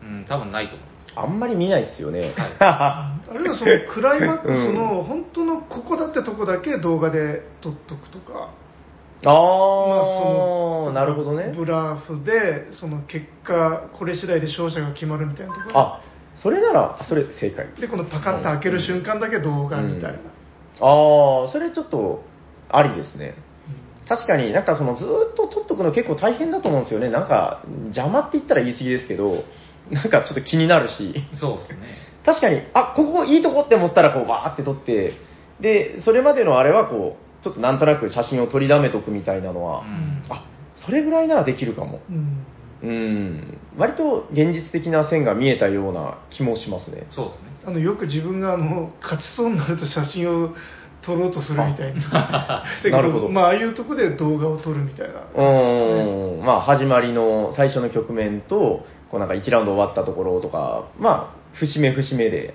A: うん、多分ないと思います
C: あんまり見ないっすよね。
B: あるいはそのクライマックス
C: う
B: の本当のここだってとこだけ動画で撮っとくとか、
C: あ
B: まあ
C: あ、なるほどね。
B: ブラフでその結果これ次第で勝者が決まるみたいなところ
C: あ、それなら、あそれ正解。
B: でこのパカッと開ける瞬間だけ動画みたいな、
C: ああ、それちょっと、ありですね。確かになんかそのずーっと撮っとくの結構大変だと思うんですよね。なんか、邪魔って言ったら言い過ぎですけど、なんかちょっと気になるし。
A: そうですね
C: 確かに、あ、ここいいとこって思ったら、こう、わーって撮って、で、それまでのあれは、こう、ちょっとなんとなく写真を取りだめとくみたいなのは、
A: うん
C: あ、それぐらいならできるかも。
B: うん
C: うん。割と現実的な線が見えたような気もしますね。
A: そうですね
B: あのよく自分があの勝ちそうになると写真を撮ろうとするみたいな だけ
C: なるほど
B: まあああいうとこで動画を撮るみたいな
C: うーん。まあ、始まりの最初の局面と、こうなんか1ラウンド終わったところとか、まあ、節目節目で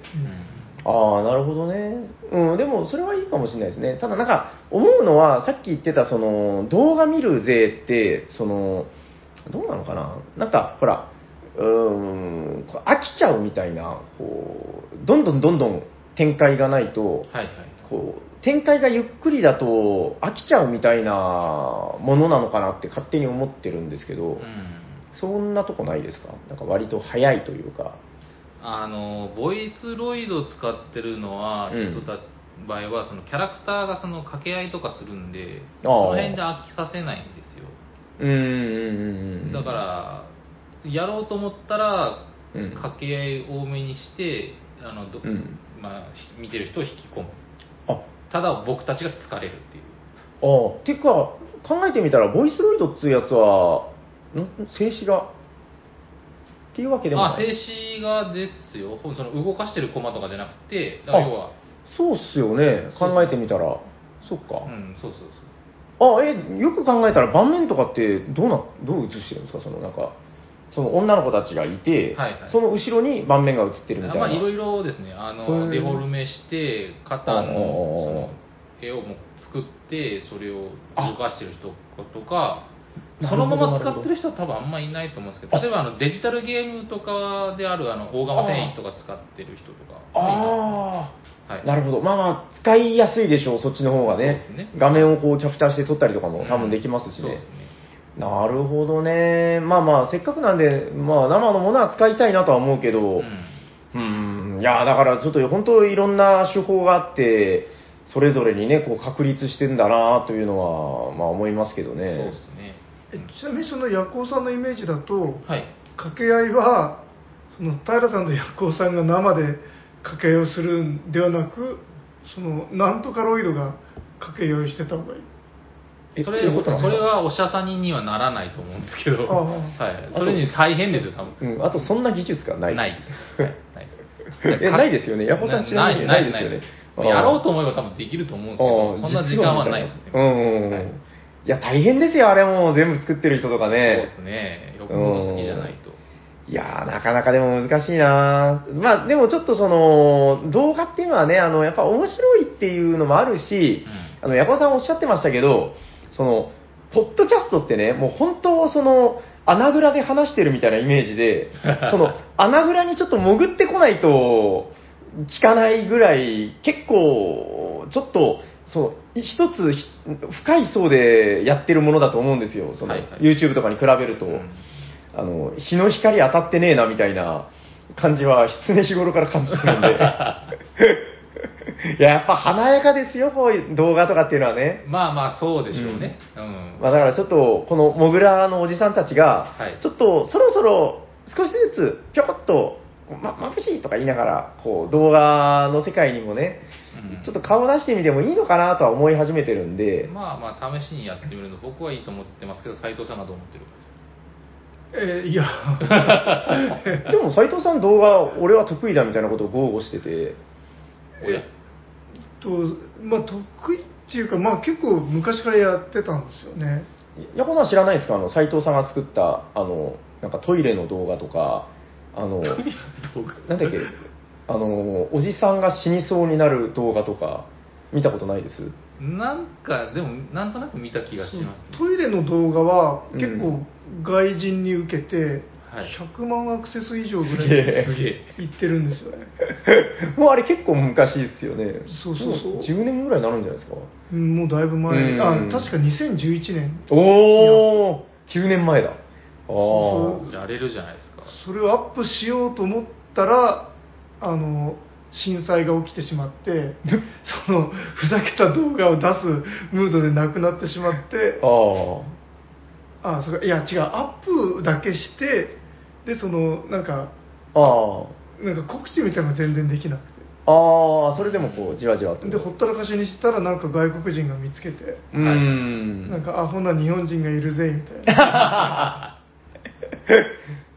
A: うん
C: ああ、なるほどね。うん、でもそれはいいかもしれないですね。ただなんか、思うのは、さっき言ってた、その、動画見る税って、その、どうなのかななんか、ほら、うーん、こう飽きちゃうみたいな、こう、どんどんどんどん展開がないと、
A: はいはい
C: こう、展開がゆっくりだと飽きちゃうみたいなものなのかなって勝手に思ってるんですけど、
A: うん
C: そんなとこないですかなんか割と早いというか。
A: あのボイスロイド使ってるのは
C: うん
A: 人た、場合はそのキャラクターがその掛け合いとかするんで
C: あー
A: その辺で飽きさせないんですよ
C: うーん。
A: だからやろうと思ったら
C: うん
A: 掛け合い多めにしてあのど、
C: うん
A: まあ、ひ見てる人を引き込む
C: あ、あ
A: ただ僕たちが疲れるっていう
C: あ、てか、考えてみたら、ボイスロイドっつうやつは、ん静止画っていうわけでも
A: あ
C: な
A: 静
C: い。
A: 止画ですよほんその動かしてるコマとかじゃなくてだ
C: あ
A: 要は
C: そうっすよね、
A: そうそう
C: 考えてみたら。そっか
A: う。んそうそうそう
C: あ、え、よく考えたら、盤面とかって、どうな、どう映してるんですかその、なんか、その女の子たちがいて、
A: はいはい
C: その後ろに盤面が映ってるみた
A: あ
C: いな。
A: まあいろいろですねあ
C: へ
A: の
C: ー
A: デフォルメして肩
C: あー
A: のその絵をもう作ってそれを動かしてる人とか
C: あ
A: そのま
C: な
A: ま
C: るほど
A: 使ってる人は多分あんまいないと思うんですけど例えばあのデジタルゲームとかであるあの大釜繊維とか使ってる人とか
C: ああ、
A: はい
C: なるほど。まあまあ、使いやすいでしょう、そっちの方がね。
A: そうですね
C: 画面をこうキャプチャーして撮ったりとかも多分できますし
A: そう
C: ね
A: です。ね
C: なるほどね。まあまあ、せっかくなんで、まあ生のものは使いたいなとは思うけど、
A: う
C: うんーん、いや、だからちょっと本当いろんな手法があって、それぞれにね、こう確立してんだなというのは、まあ思いますけど
A: そうで
C: ね。
A: すね
B: えちなみにそのヤコウさんのイメージだと
A: はい
B: 掛け合いはその平さんとヤコウさんが生で掛け合いをするんではなくそのなんとかロイドが掛け合いをしてた方がいい
C: え
A: それ
C: そういうことなんだ
A: それはおしゃさににはならないと思うんですけど、
B: ああ
A: はい、それに大変ですよ多分
C: うん、あとそんな技術がない。
A: ないです。はいないです
C: え、ないですよね。ヤホーさんちなみにないです
A: な
C: よ
A: な
C: ね
A: な。いやろうと
C: 思
A: 思えば多分できると思うんですけ
C: う
A: ど、
C: ん
A: そんな時間はないです
C: う
A: ね。
C: んうんう
A: はい
C: ん。いや、大変ですよ、あれもう全部作ってる人とか
A: そう
C: ね
A: で。すね。よっぽど好きじゃないと。
C: いやー、なかなかでも難しいなーまあ、でもちょっとその、動画っていうのはね、あの、やっぱ面白いっていうのもあるし、あの、ヤコさんおっしゃってましたけど、その、ポッドキャストってね、もう本当その、穴蔵で話してるみたいなイメー ジで、その、穴蔵にちょっと潜ってこないと、聞かないぐらい、結構、ちょっと、その、一つひ深い層でやってるものだと思うんですよ。その、
A: はいはい
C: YouTube とかに比べると。
A: うん
C: あの、日の光当たってねえなみたいな感じは、常日頃から感じてるんで。いや、やっぱ華やかですよ、こういう動画とかっていうのはね。
A: まあまあ、そうでしょうね。うん。
C: まあだからちょっと、このモグラのおじさんたちが
A: はい、
C: ちょっとそろそろ少しずつ、ぴょこっと、ま、眩しいとか言いながら、こう、動画の世界にもね、
A: うん
C: ちょっと顔出してみてもいいのかなとは思い始めてるんで、
A: まあまあ試しにやってみるの僕はいいと思ってますけど斉藤さんがどう思ってるかです
B: えーいや
C: でも斉藤さん動画、俺は得意だみたいなことを豪語してて、
A: おや
B: とまあ得意っていうかまあ結構昔からやってたんですよね
C: ヤコさん知らないですかあの、斉藤さんが作った、あの、なんかトイレの動画とか、あ
A: ど
C: の、
A: うか
C: なんだっけ、あの、おじさんが死にそうになる動画とか、見たことないです
A: なんかでもなんとなく見た気がしますね
B: トイレの動画は結
C: う
B: 構外人に受けて
A: はい
B: 100万アクセス以上ぐら
C: すげえ
B: い
A: すげえ
B: いってるんですよね
C: もうあれ結構昔ですよね。
B: そうそうそう
C: も10年ぐらいになるんじゃないですか。
B: うんもうだいぶ前あ
C: うん
B: 確か2011年
C: おお !9 年前だ。ああ。
B: そう
A: やれるじゃないですか
B: それをアップしようと思ったらあの震災が起きてしまってそのふざけた動画を出すムードでなくなってしまって
C: あ
B: あそうかいや違うアップだけしてでそのなんか
C: あ。あ
B: なんか告知みたいなのが全然できなく
C: あ。ああ、それでもこう、じわじわと。
B: てでほったらかしにしたらなんか外国人が見つけて
C: うーん。
B: なんかあほな日本人がいるぜみたい な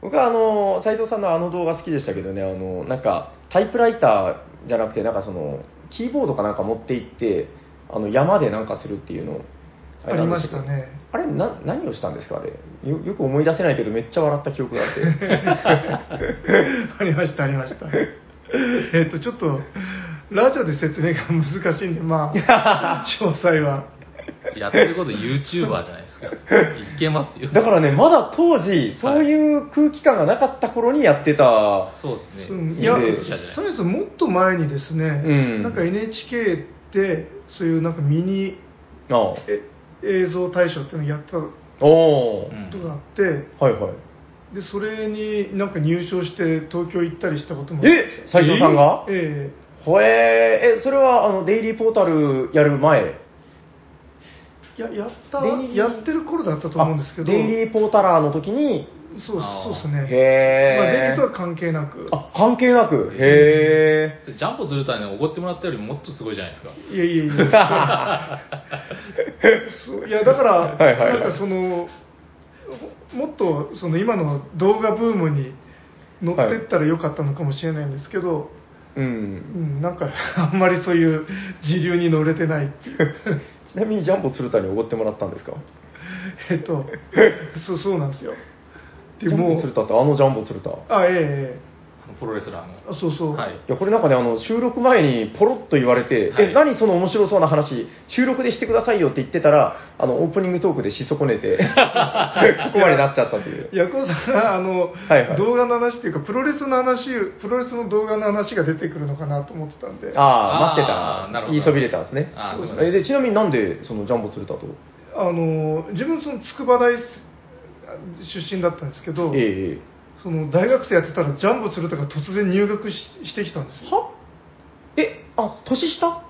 C: 僕はあの斉藤さんのあの動画好きでしたけどねあのなんかタイプライターじゃなくてなんかそのキーボードかなんか持って行ってあの山でなんかするっていうの
B: ありましたね
C: あれな何をしたんですかあれよよく思い出せないけどめっちゃ笑った記憶があって
B: ありましたありましたえっとちょっとラジオで説明が難しいんでま あ詳細は
A: やってること YouTuber じゃないです かいけますよ
C: だからねまだ当時そういう空気感がなかった頃にやってた、
A: そうです
B: そう
A: ね
B: いや
C: いいね
B: それともっと前にですね、
C: うん
B: なんか NHK でそういうなんかミニ
C: ああ
B: え映像大賞っていうのをやったこ
C: おお、
A: うん
B: とがあって、
C: はいはい
B: でそれになんか入賞して東京行ったりしたことも
C: え斉藤さんが、
B: え
C: ほえーえそれはあのデイリーポータルやる前
B: えややった
C: デイリー
B: やってる頃だったと思うんですけど
C: あデイリーポータラーの時に
B: そう
A: あー
B: そうです
C: へ
B: ね
C: え、
B: まあ、デイリーとは関係なく
C: あ関係なくへ
A: それジャンボ鶴田に怒ってもらったよりもっとすごいじゃないですか
B: いやいやいや そういやだから、
C: はいはいはい
B: なんかそのほもっとその今の動画ブームに乗ってったらよかったのかもしれないんですけど、
C: えう
B: うんん、なんかあんまりそういう時流に乗れてないっていう
C: ちなみにジャンボ鶴田におごってもらったんですか
B: えっとそうそうなんですよ
C: ジャンボ鶴田ってあのジャンボ鶴田い
B: あええ
A: あのプロレスラーの
B: ええあそうそう、
A: はい
C: やこれなんかねあの収録前にポロッと言われて、
A: はい
C: え何その面白そうな話収録でしてくださいよって言ってたらあのオープニングトークでし損ねてここまでなっちゃったという
B: ヤコウさんがあの、
C: はいはい
B: 動画の話っていうかプロレスの話プロレスの動画の話が出てくるのかなと思ってたんであ
C: ああ
A: あー
C: 待
A: なるほ
C: ってた
A: ど
C: 言いそびれたんですね
A: あー
C: そう
A: すいません
C: えでちなみになんでそのジャンボ鶴田と
B: の自分その筑波大出身だったんですけど、
C: ええ
B: その大学生やってたらジャンボ鶴田が突然入学ししてきたんですよ
C: はえあ年下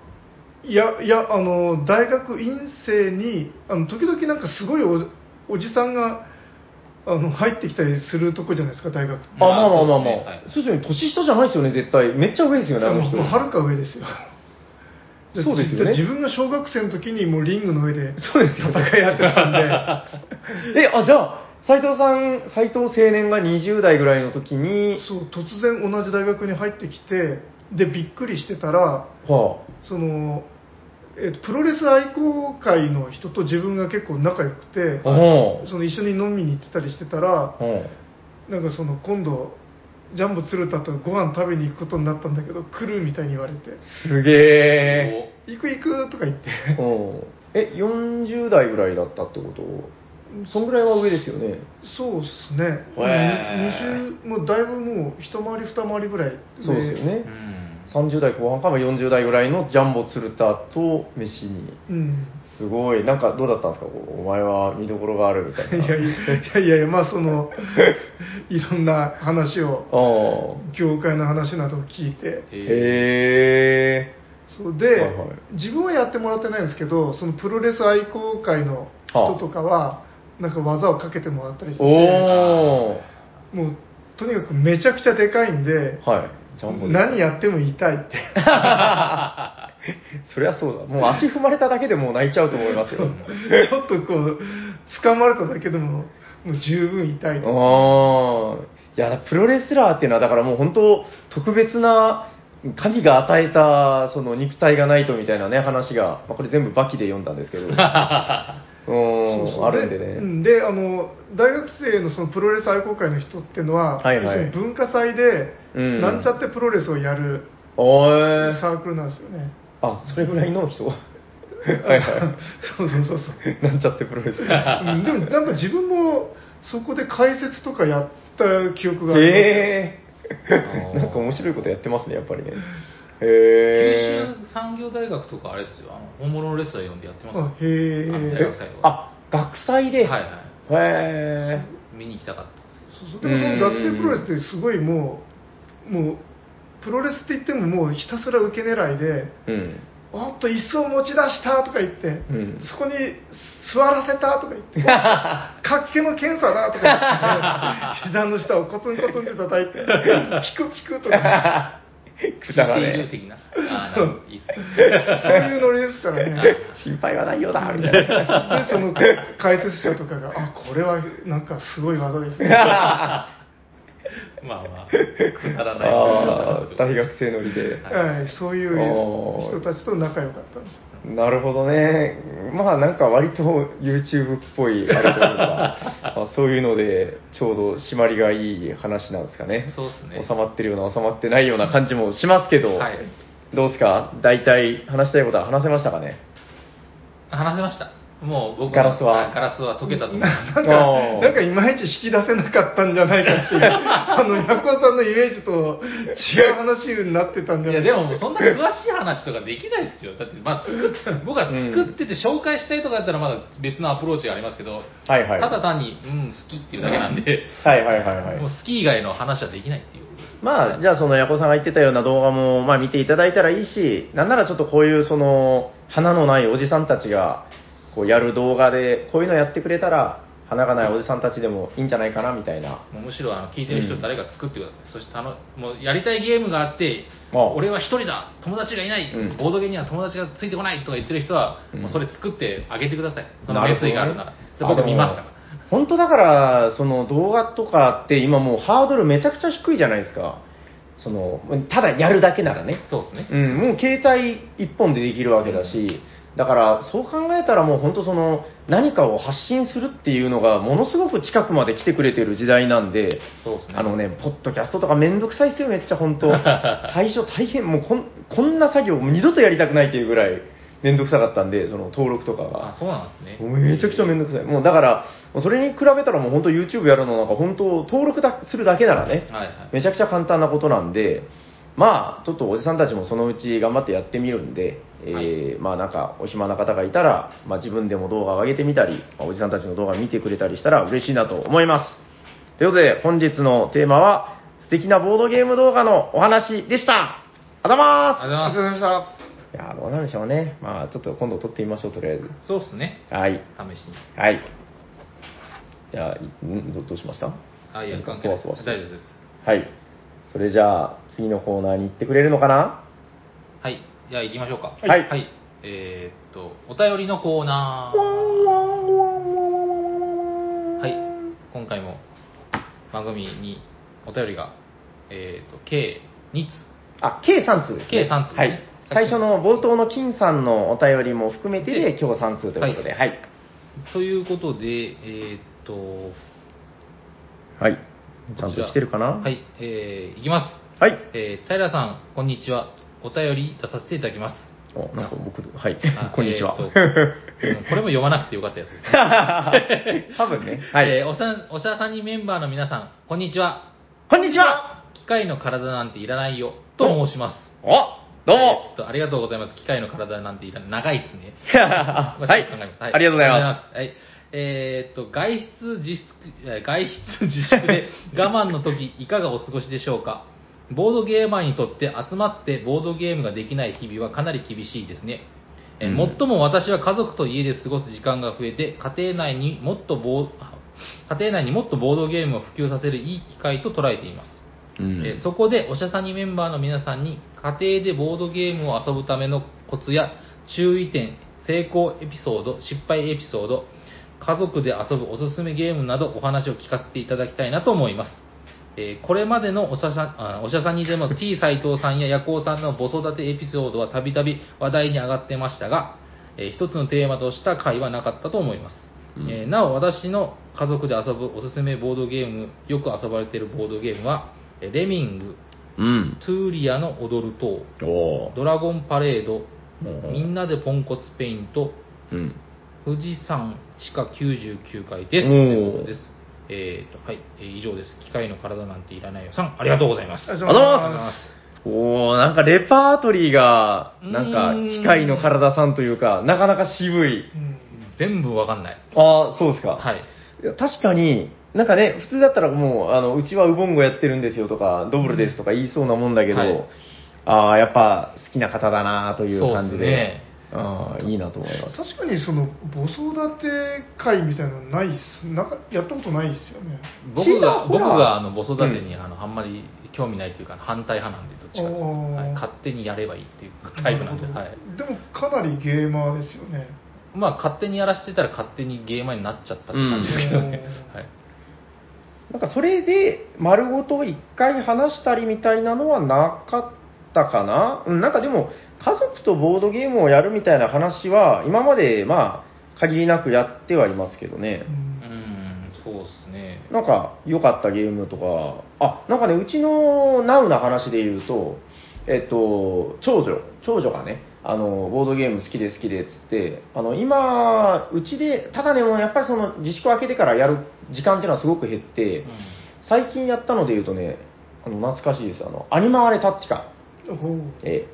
B: いやいやあの大学院生にあの時々なんかすごいおおじさんがあの入ってきたりするとこじゃないですか大学って
C: あ、ま
A: まあ
C: あまあまあまあ、
A: そ
C: そ
A: う
C: ですよね、年下じゃないですよね、絶対。めっちゃ上ですよね、あの
B: もう
C: 人。
B: もうはるか上ですよ
C: そうですよね
B: 自分が小学生の時にもうリングの上で
C: そうですよ、
B: 戦い合ってたんで
C: え、あ、じゃあ、斎藤さん、斎藤青年が20代ぐらいの時に、
B: そう突然同じ大学に入ってきてでびっくりしてたら
C: は
B: その、えっとプロレス愛好会の人と自分が結構仲良くて
C: あ、は
B: その一緒に飲みに行ってたりしてたら
C: あ、は
B: なんかその今度ジャンボ鶴田とご飯食べに行くことになったんだけど来るみたいに言われて
C: あ、すげえ。
B: 「行く行く」とか言って
C: うん。え、40代ぐらいだったってことそんぐらいは上ですよね。
B: そうっすね
A: へ
B: 20もうだいぶもう一回り二回りぐらい
C: そうですよ
A: う
C: ね。
A: ん
C: 30代後半から40代ぐらいのジャンボ鶴田と飯に。
B: うん
C: すごい。なんかどうだったんですかこうお前は見どころがあるみたい
B: い
C: な。
B: やいやいやいやまあ そのいろんな話を
C: ああ。
B: 業界の話などを聞いて
A: へえ
C: へえ。
B: そうで、
C: はいはい
B: 自分はやってもらってないんですけどそのプロレス愛好会の人とかはなんか技をかけてもらったりして
C: おお。
B: もうとにかくめちゃくちゃでかいんで、
C: はい。ジャンボです
B: 何やっても痛い って。
C: そりゃそうだ。もう足踏まれただけでもう泣いちゃうと思いますよ。
B: ちょっとこう、掴まれただけでも、もう十分痛いと。
C: ああ。いや、プロレスラーっていうのは、だからもう本当、特別な、神が与えた、その肉体がないとみたいなね、話が、まあこれ全部バキで読んだんですけ ど。うーん、
B: そうそう
C: あるんで
B: う
C: ね。
B: んであの大学生のそのプロレス愛好会の人っていうのは、
C: はいはい
B: 要するに文化祭で、
C: うん
B: なんちゃってプロレスをやる
C: おー
B: サークルなんですよね。
C: あ、それぐらいの人。はいは
B: そうそうそうそ う。
C: い。なんちゃってプロレス。
B: うんでもなんか自分もそこで解説とかやった記憶があります
C: え
A: あ
C: え
A: ー
C: なんか面白いことやってますね、やっぱりね。へえ
A: 九州産業大学とかあれですよあの本物のレスラー呼んでやってますよ
B: あへえ
A: あの大学祭とか
C: あ、学祭で。
A: はい
C: へ
A: は
C: え
A: い見に行きたかったんですけど
B: そうそうでもその学生プロレスってすごいもうもうプロレスって言ってももうひたすら受け狙いで
C: うん。
B: おっと椅子を持ち出したとか言って、
C: うん
B: そこに座らせたとか言って、かっけの検査だとか言って、膝の下をコツンコツンって叩いて、ピクピクとか、
C: くだ
A: 緊
C: ら
A: 急
C: ねえ。
A: 的なあーなんかいいっすね
B: そういうノリですからね。
C: 心配はないよだ、みた いな。
B: で、その解説者とかが、あ、これはなんかすごい技 ですね。
A: まあまあくだらない
C: あー大
A: 学
C: 学生乗りで。
B: はい、そういう人たちと仲良かったんです。
C: なるほどね。まあなんか割と YouTube っぽいあれという か、まあそういうのでちょうど締まりがいい話なんですかね。
A: そうっすね
C: 収まってるような収まってないような感じもしますけど、
A: はい
C: どうですか大体話したいことは話せましたかね
A: 話せましたもう僕
C: ガラスは
A: ガラスは溶けたと思います
B: なんか、
C: あー
B: なんかいまいち引き出せなかったんじゃないか っていう、あの、ヤコさんのイメージと違う話になってたんじゃ
A: いや
B: ない
A: でももうそんな詳しい話とかできないですよだってまあ 作っ僕は作ってて紹介したいとかだったらまだ別のアプローチがありますけど、
C: はいはい。
A: ただ単にうん好きっていうだけなんで、
C: はいはいはいはい。
A: もう好き以外の話はできないっていうことです
C: まあ、じゃあそのヤコさんが言ってたような動画も、まあ見ていただいたらいいし、なんならちょっとこういうその、花のないおじさんたちが、こうやる動画で、こういうのやってくれたら、花がないおじさんたちでもいいんじゃないかな、みたいな。
A: もうむしろあの聞いてる
C: うん
A: 人誰か作ってください、そしてあのもうやりたいゲームがあって
C: ああ
A: 俺は一人だ友達がいない、
C: うん
A: ボードゲームには友達がついてこないとか言ってる人は、
C: うん
A: もうそれ作ってあげてくださいその熱意があるなら
C: る
A: で
C: ほどね
A: 僕見ますか
C: あでも本当だから、その動画とかって今もうハードルめちゃくちゃ低いじゃないですか。その、ただやるだけならね。
A: らそうですね、
C: うん、もう携帯一本でできるわけだし、だからそう考えたらもう本当その何かを発信するっていうのがものすごく近くまで来てくれてる時代なんで、
A: そうですね
C: あのね、ポッドキャストとかめんどくさいですよ、めっちゃ本当。最初大変、もうこんこんな作業もう二度とやりたくないっていうぐらいめんどくさかったんで、その登録とかが
A: あ。そうなんですね
C: もうめちゃくちゃめんどくさい。もうだから、もうそれに比べたらもう本当 YouTube やるのなんか本当登録だするだけならね、
A: はいはい
C: めちゃくちゃ簡単なことなんで、まあ、ちょっとおじさんたちもそのうち頑張ってやってみるんで、えーまあなんかお暇な方がいたら、まあ自分でも動画を上げてみたり、まあおじさんたちの動画見てくれたりしたら嬉しいなと思います。ということで、本日のテーマは、素敵なボードゲーム動画のお話でした。あざま
A: ありが
B: あ
A: と
B: り
A: うござい
B: がとうございまし
C: ーす。い
B: た。
C: やー、どうなんでしょうね。まあちょっと今度撮ってみましょう、とりあえず。
A: ますそうですね
C: はい。
A: 試しに
C: はい。じゃあ、んどどうしました
A: あいや
C: なんか
A: 関係ない
C: そわそわ
A: 大丈夫です
C: はい。それじゃあ、次のコーナーに行ってくれるのかな
A: はいじゃあ行きましょうか
C: はい
A: はい、えーっとお便りのコーナーはい今回も番組にお便りがえーっと計2通
C: あ、計3通です、ね。
A: 計三通ですね
C: はい。最初の冒頭の金さんのお便りも含めてで、
A: で
C: 今日3通ということで。はい。
A: ということで、えーっと、
C: はい。
A: こ
C: ちゃんと
A: ら
C: 来てるかな
A: は。い、えー、いきます。
C: はい。
A: えー、平さん、こんにちは。お便り出させていただき ます。
C: お、なんか僕、はい
A: あ。
C: こんにちは。
A: えーっとうんこれも読まなくてよかったやつですね。
C: 多分ね。 はい。
A: えーおさ、おしゃさんにメンバーの皆さん、こんにちは。
C: こんにちは
A: 機械の体なんていらないよ、と申します。
C: おどう
A: えーっとありがとうございます。機械の体なんていらない。長いですね。
C: も はい。ありがとうございます。
A: す。はい。えーっと、外出自粛、えー外出自粛 で我慢の時、いかがお過ごしでしょうかボードゲーマーにとって集まってボードゲームができない日々はかなり厳しいですね。えー
C: うん
A: 最も私は家族と家で過ごす時間が増えて、家庭内にもっとボーあ家庭内にもっとボードゲームを普及させるいい機会と捉えています、
C: うん
A: えーそこでおしゃさにメンバーの皆さんに家庭でボードゲームを遊ぶためのコツや注意点成功エピソード失敗エピソード家族で遊ぶおすすめゲームなどお話を聞かせていただきたいなと思います、えーこれまでのおしゃさあおしゃさにでも T 斎藤さんやヤコウさんの子育てエピソードはたびたび話題に上がってましたが、えー一つのテーマとした回はなかったと思います、
C: うん
A: えーなお私の家族で遊ぶおすすめボードゲームよく遊ばれているボードゲームはえーレミング
C: うん。
A: トゥーリアの踊る塔
C: おー
A: ドラゴンパレード
C: おー
A: みんなでポンコツペイント
C: うん。
A: 富士山地下99階です。
C: おー
A: ということです。えーと、はい、えー以上です。機械の体なんていらないよさん、ありがとうございます。
B: あり
C: あり
B: がと
C: がとうご
B: うご
C: ざ
B: ざ
C: い
B: い
C: ま。
B: ます
C: おおなんかレパートリーが、なんか
A: うーん
C: 機械の体さんというか、なかなか渋い。
B: うん
A: 全部わかんない。
C: ああ、そうですか。
A: はい。
C: いや確かに、なんかね、普通だったらもう、あのうちはウボンゴやってるんですよとか、ドブルですとか言いそうなもんだけど、
A: はい
C: ああ、やっぱ好きな方だなという感じ
A: そうっす
C: で
A: ね、
C: ああいいなと思います。
B: 確かにその母育て会みたいなのないっすなんかやったことないですよね
A: 僕が、
C: 違うほ
A: 僕
C: ら
A: があの、子育てに、あの、あんまり興味ないというか、反対派なんで、どっちかというと、
B: おー
A: はい勝手にやればいいっていうタイプなんで、
B: な
A: は
B: る
A: い。
B: ほどでもかなりゲーマーですよね
A: まあ、勝手にやらしてたら勝手にゲーマーになっちゃったって感じですけどね。
B: うん
A: はい。
C: なんかそれで丸ごと一回話したりみたいなのはなかったかな、うん、なんかでも、家族とボードゲームをやるみたいな話は、今までまあ、限りなくやってはいますけどね。
B: うん
A: うん、そうですね。
C: なんか良かったゲームとか、あ、なんかね、うちのナウな話で言うと、えっと、長女、長女がね、あの、ボードゲーム好きで好きでっつって、あの、今、うちで、ただね、もうやっぱりその自粛明けてからやる時間っていうのはすごく減って、最近やったので言うとね、あの、懐かしいです。あの、アニマーレタッチカ。
B: ほう
C: え、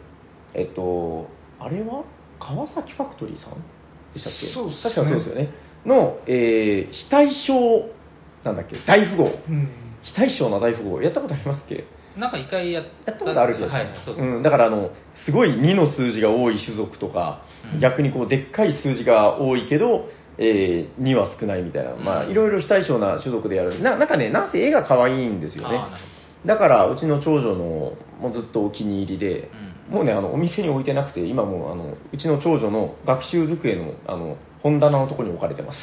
C: えっと、あれは川崎ファクトリーさんでしたっけ
B: そうっすね
C: 確かそうですよね。の、えー非対称、なんだっけ、大富豪。
B: うん
C: 非対称な大富豪、やったことありますっけ
A: うんなんか一回やっ
C: やったことあるじゃ
A: は
C: ない
A: い
C: で、
A: そ
C: すか。
A: うです。
C: うん、だからあの、すごい2の数字が多い種族とか、
A: うん
C: 逆にこう、でっかい数字が多いけど、え2は少ないみたいな、まあ、
A: うん
C: いろいろ非対称な種族でやる。ななんかね、なんせ絵が可愛いんですよね
A: あーなる。
C: だから、うちの長女の、もうずっとお気に入りで、もうね、あの、お店に置いてなくて、今もう、あの、うちの長女の学習机の、あの、本棚のとこに置かれてます。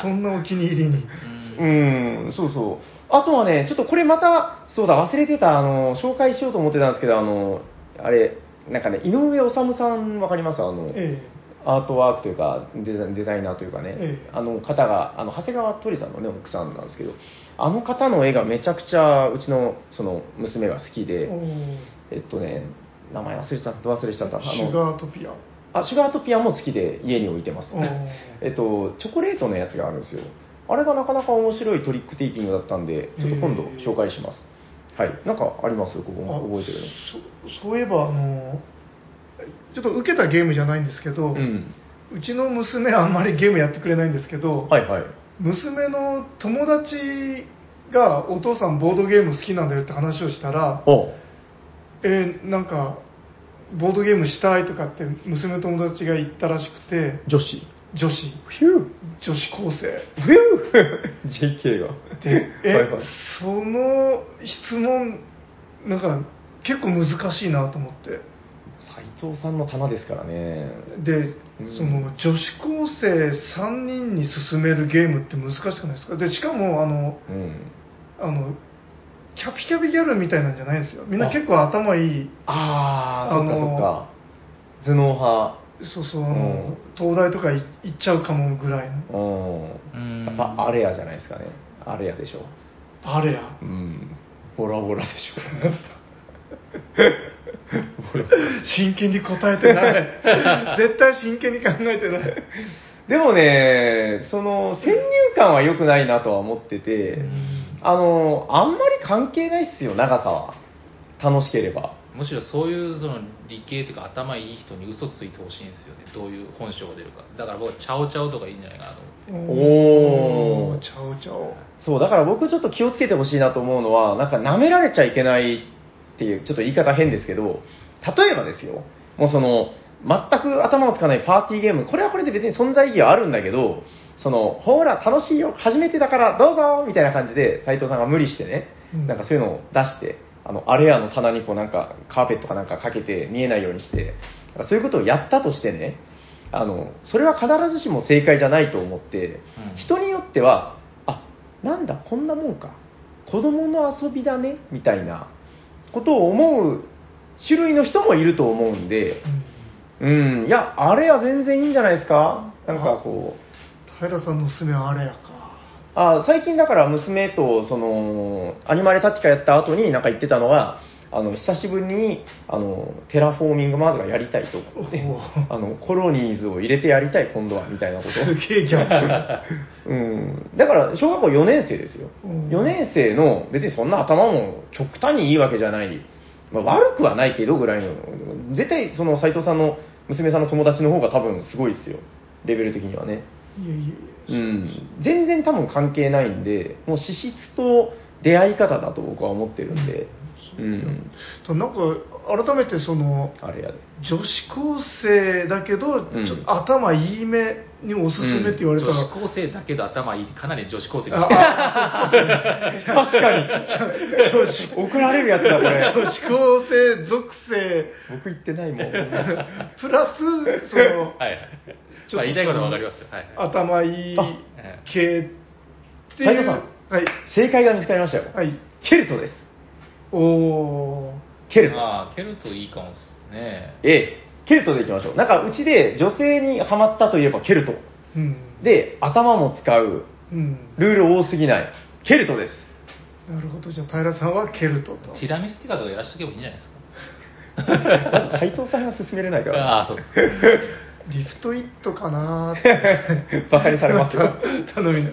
B: そんなお気に入りに
A: うん
C: うーん、そうそう。あとはね、ちょっとこれまた、そうだ、忘れてた、あの、紹介しようと思ってたんですけど、あの、あれ、なんかね、井上治さんわかりますあの、
B: え
C: アートワークというかデザイン、デザイナーというかね、
B: ええ
C: あの方が、あの、長谷川鳥さんのね、奥さんなんですけど、あの方の絵がめちゃくちゃ、うちの、その、娘が好き
B: え
C: で、
B: お
C: えっとね、名前忘れちゃった、忘れちゃった。あ
B: ーシュ
C: の
B: ガートピア
C: あ、シュガートピアも好きで家に置いてます
B: お。ー
C: えっと、チョコレートのやつがあるんですよ。あれがなかなか面白いトリックテイキングだったんで、ちょっと今度
B: へー
C: 紹介します。はい。なんかありますここも覚えてる
B: あそそういえばあのちょっと受けたゲームじゃないんですけど、
C: の。うん。
B: うちの娘あんまりゲームやってくれないんですけど、
C: はいはい。
B: 娘の友達がお父さんボードゲーム好きなんだよって話をしたら
C: お
B: えーなんかボードゲームしたいとかって娘の友達が言ったらしくて
C: 女子。
B: 女子
C: ヒュー
B: 女子高生
C: ヒュー !JK が。
B: で
C: は
B: え、
C: いはい
B: その質問なんか結構難しいなと思って
C: 斎藤さんの棚ですからね。
B: で、
C: うん
B: その女子高生3人に進めるゲームって難しくないですかでしかもあの
C: うん。
B: あのキャピキャピギャルみたいなんじゃないですよみんな結構頭いい
C: あー、そっか
B: あ
C: そ
B: の
C: っか。頭脳
B: ー
C: 派。
B: そうそうあ
C: う
B: の
C: ん
B: 東大とかい行っちゃうかもぐらいの
C: う。
A: うんん
C: やっぱあれやじゃないですかね。あれやでしょ。
B: あれや
C: うん。ボラボラでしょ。 ボラ
B: 真剣に答え てない絶対真剣に考えてない
C: でもね、その、先入観は良くないなとは思ってて、あの、あんまり関係ないっすよ、長さは。楽しければ。
A: むしろそういうその理系というか頭いい人に嘘ついてほしいんですよねどういう本性が出るかだから僕はチャオチャオとかいいんじゃないかなと思って
C: おー
B: ちゃうちゃう
C: そう、だから僕ちょっと気をつけてほしいなと思うのは、なんか舐められちゃいけないっていう、ちょっと言い方変ですけど、例えばですよ、もうその、全く頭をつかないパーティーゲーム、これはこれで別に存在意義はあるんだけど、その、ほら、楽しいよ、初めてだから、どうぞみたいな感じで、斉藤さんが無理してね、
B: うん
C: なんかそういうのを出して、あの、あれやの棚にこうなんか、カーペットかなんかかけて、見えないようにして、だからそういうことをやったとしてね、あの、それは必ずしも正解じゃないと思って、
A: うん
C: 人によっては、あ、なんだ、こんなもんか。子供の遊びだね、みたいなことを思う種類の人もいると思うんで、うん、いや、あれは全然いいんじゃないですかなんかこう、
B: 平さんのおすすめはあれやか
C: あ最近だから娘とそのアニマルタッチカやった後になんか言ってたのがあの久しぶりにあのテラフォーミングマーズがやりたいと
B: お
C: で
B: お
C: あのコロニーズを入れてやりたい今度はみたいなこと
B: すげえギャッ プ
C: うん、だから小学校4年生ですよ、
B: うん
C: 4年生の別にそんな頭も極端にいいわけじゃない、まあ、悪くはないけどぐらいの絶対その斉藤さんの娘さんの友達の方が多分すごいですよレベル的にはね
B: いやいや
C: う
B: いや、
C: ん全然多分関係ないんでもう資質と出会い方だと僕は思ってるんでうん
B: となんか改めてその
C: あれやで
B: 女子高生だけど、
C: ん
B: ちょっと頭いいめにおすすめって言われた
A: 女
B: ら、
A: 子高生だけど頭いいかなり女子高生が
B: ああそうそうそ
C: 確
B: う
C: か に怒られるやつだこれ
B: 女子高生属性
C: 僕言ってないもん
B: プラスその
A: はいはい
B: ちょっと
A: まあ言いたいことは分かりますよはいはい
B: 頭いい系って
C: 斉藤
B: いう
C: さん
B: はい
C: 正解が見つかりましたよ、
B: はい
C: ケルトです
B: おお
C: ケルト
A: まあ蹴るといいかもですね
C: ええケルトでいきましょうなんかうちで女性にハマったといえばケルト
B: ーうん
C: で頭も使う
B: うん
C: ルール多すぎないケルト です
B: なるほどじゃあ平さんはケルトと
A: チラ見スティカとかやらしとけばいいんじゃないですか
C: まず斉藤さんが勧めれないから
A: ああそうです
B: リフトイットかなーって
C: バカにされますよ
B: 頼みない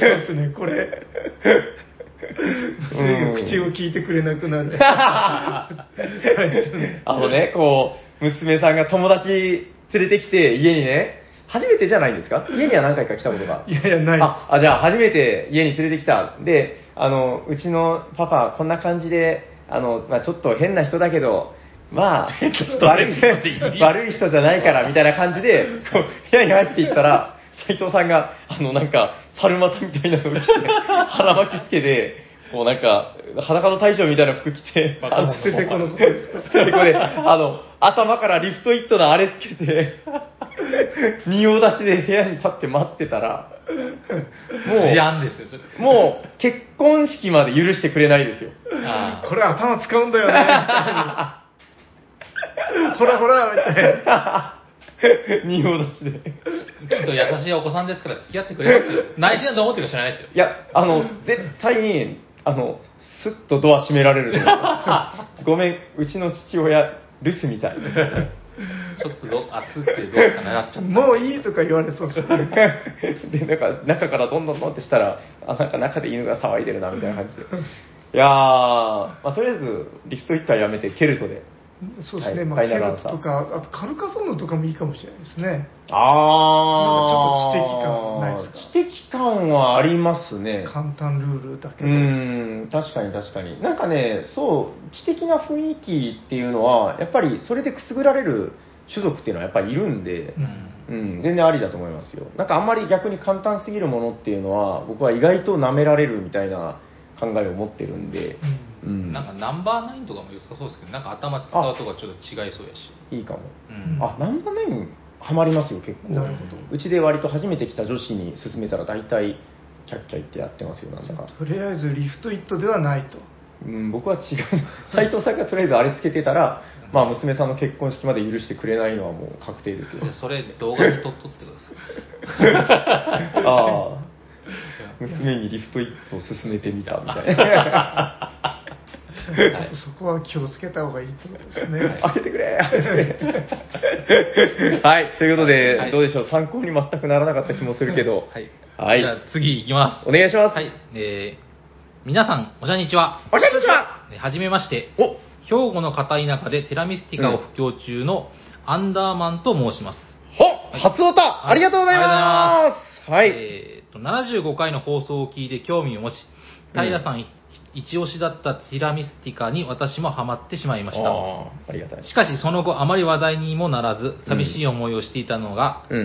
B: そうですねこれ
C: うん
B: 口を聞いてくれなくなる
C: あのね、こう、娘さんが友達連れてきて、家にね、初めてじゃないですか家には何回か来たことが。
B: いやいやないです
C: あ、あじゃあ初めて家に連れてきた。で、あの、うちのパパ、こんな感じで、あの、まあちょっと変な人だけど、まあ、悪い悪い人じゃないからみたいな感じで、こう部屋に入っていったら、斉藤さんが、あの、なんか、猿股みたいなのを着て、腹巻きつけて、こうなんか、裸の大将みたいな服着て、
A: バカ者
C: あの
A: の
B: 捨ててこのことですか
C: で、これ、あの、頭からリフトイットのあれつけて、仁王立ちで部屋に立って待ってたら、
A: 事
C: も
A: 案ですよそれ
C: う、もう結婚式まで許してくれないですよ。
A: ああ
B: これ頭使うんだよねほらほらみたいな
C: 仁王立ちで。
A: きっと優しいお子さんですから付き合ってくれますよ内心はどう思ってるか知らないですよ
C: いや、あの、絶対に、あの、スッとドア閉められると思いますごめん、うちの父親、留守みたい。
A: ちょっとど熱くてどうかななっちゃった
B: もういいとか言われそうですね
C: で、なんか、中からどんどんどんってしたら、あ、なんか中で犬が騒いでるな、みたいな感じで。いやー、まあ、とりあえず、リフト一回やめて、ケルトで。
B: そうですね、
C: はい
B: ま
C: フ
B: あ
C: ァイ
B: ケ
C: ナルア
B: ル
C: ンサ
B: ト
C: ー
B: とかあとカルカソンヌとかもいいかもしれないですね
C: あ
B: ーなんかちょっと知的感ないですか
C: 知的感はありますね。
B: 簡単ルールだけ
C: う
B: ど、
C: ーん、確かに確かに。なんかね、そう、知的な雰囲気っていうのは、やっぱりそれでくすぐられる種族っていうのはやっぱりいるんで、
A: うん
C: うん、全然ありだと思いますよ。なんかあんまり逆に簡単すぎるものっていうのは、僕は意外と舐められるみたいな考えを持ってるんで、う
B: うん
C: ん、
A: なんかナンバーナインとかも良さそうですけどなんか頭使うとかちょっと違いそうやし
C: いいかも。
A: うん
C: あ、ナンバーナイン、ハマりますよ、結構。
B: なるほ
C: うちで割と初めて来た女子に勧めたら大体、キャッキャ言ってやってますよ、なんだか。
B: どとりあえずリフトイットではないと
C: うん、僕は 違う。斉藤さんがとりあえずあれつけてたら、まあ娘さんの結婚式まで許してくれないのはもう確定 ですよ。
A: でそれ動画に撮っとってください
C: ああ。娘にリフトイットを勧めてみたみたい な。
B: ちょっとそこは気をつけた方がいいってことですね、
C: 開けてくれ開けてくれはい、ということで、
A: はい
C: どうでしょう、参考に全くならなかった気もするけど。
A: はい。
C: はい
A: じゃあ次行きます。
C: お願いします。
A: はい。えー、皆さん、おじゃにちは。
C: おしゃれにちは
A: えーはじめまして。
C: お
A: 兵庫の片田舎でテラミスティカを布教中のアンダーマンと申します。
C: ほ初音ありがとうございますはい。
A: えーと、75回の放送を聞いて興味を持ち、平さんひ一押しだったティラミスティカに私もハマってしまいました。
C: ああ、ありがたい。
A: しかしその後あまり話題にもならず、寂しい思いをしていたのが、
C: うん。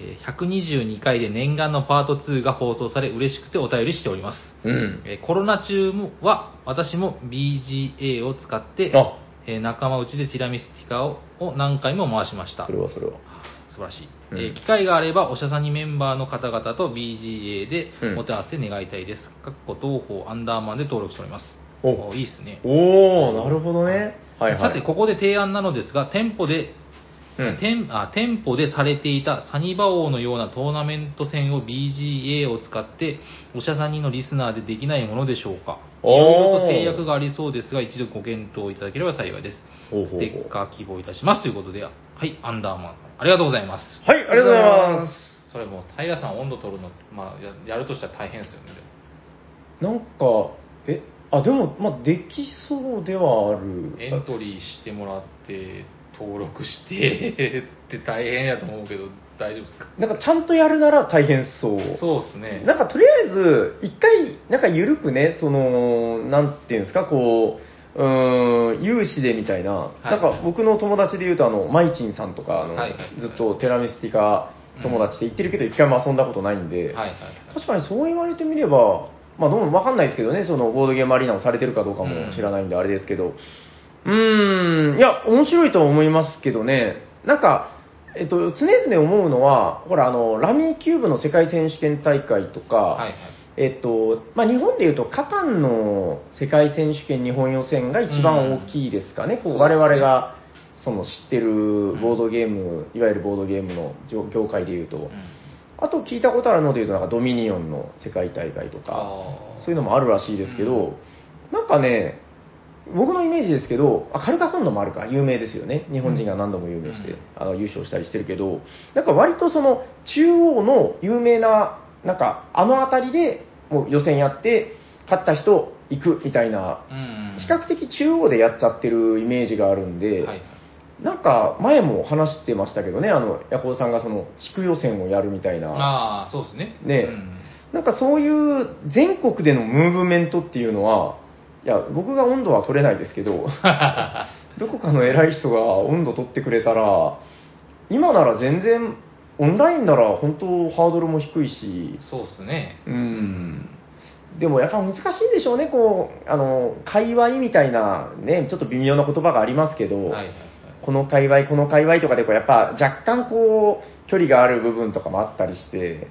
A: えー122回で念願のパート2が放送され嬉しくてお便りしております。
C: うん。
A: えーコロナ中もは私も BGA を使って
C: あ、
A: えー仲間内でティラミスティカをを何回も回しました
C: そ。れはそれは。
A: 素晴らしい、
C: うん
A: えー機会があればおしゃさにメンバーの方々と BGA で
C: うん
A: お手合わせ願いたいです、かっこ同方アンダーマンで登録しております
C: お
A: いいですね
C: おおなるほどね。はいはい。
A: さてここで提案なのですが店舗で、
C: うん
A: 店あ店舗でされていたサニバ王のようなトーナメント戦を BGA を使っておしゃさにのリスナーでできないものでしょうかい
C: おー
A: ろいろと制約がありそうですが一度ご検討いただければ幸いです
C: ほうほうほ
A: ス
C: う
A: テッカー希望いたしますということではいアンダーマンありがとうございます
C: はい、ありがとうございま
A: それもう平さん温度取るの、まあ、ややるとしたら大変ですよね
C: す。なんか、え、あ、でも、まあ、できそうではある。
A: エントリーしてもらって登録してって大変やと思うけど大丈夫ですか
C: なんか、ちゃんとやるなら大変そう。
A: そうですね
C: なんか、とりあえず、一回、なんか、緩くね、その、なんていうんですか、こう、うーん、有志でみたいな、
A: い
C: なんか、僕の友達で言うと、あの、マイチンさんとか、あの、
A: はいはい
C: ずっとテラミスティカ友達で行ってるけど、一回も遊んだことないんで、
A: はいはい
C: 確かにそう言われてみれば、まあ、どうも分かんないですけどね、そのボードゲームアリーナをされてるかどうかも知らないんで、あれですけど、うーん、いや、面白いとは思いますけどね、なんか、えっと、常々思うのは、ほら、あのラミーキューブの世界選手権大会とか、
A: はいはい
C: えっとまあ、日本でいうと、カタンの世界選手権日本予選が一番大きいですかね、
A: うん
C: こう我々がその知ってるボードゲーム、いわゆるボードゲームの業業界でいうと。あと聞いたことあるのでいうとなんかドミニオンの世界大会とか
A: あ
C: そういうのもあるらしいですけ
A: う
C: ど、なんかね僕のイメージですけどあカルカソンヌもあるか有名ですよね日本人が何度も有名して、
A: うん
C: あの優勝したりしてるけどなんか割とその中央の有名ななんかあの辺りでもう予選やって勝った人行くみたいな
A: うん
C: 比較的中央でやっちゃってるイメージがあるんで、
A: はいはい
C: なんか前も話してましたけどねあのヤコウさんがその地区予選をやるみたいな。
A: ああそうですね
C: ね
A: うん
C: なんかそういう全国でのムーブメントっていうのは、いや、僕が温度は取れないですけ ど、どこかの偉い人が温度取ってくれたら、今なら全然、オンラインなら本当ハードルも低いし、
A: そうですね
C: うん。でもやっぱ難しいんでしょうね、こう、あの、界隈みたいな、ね、ちょっと微妙な言葉がありますけど、
A: はいはいはい
C: この界隈、この界隈とかでこう、やっぱ若干こう、距離がある部分とかもあったりして、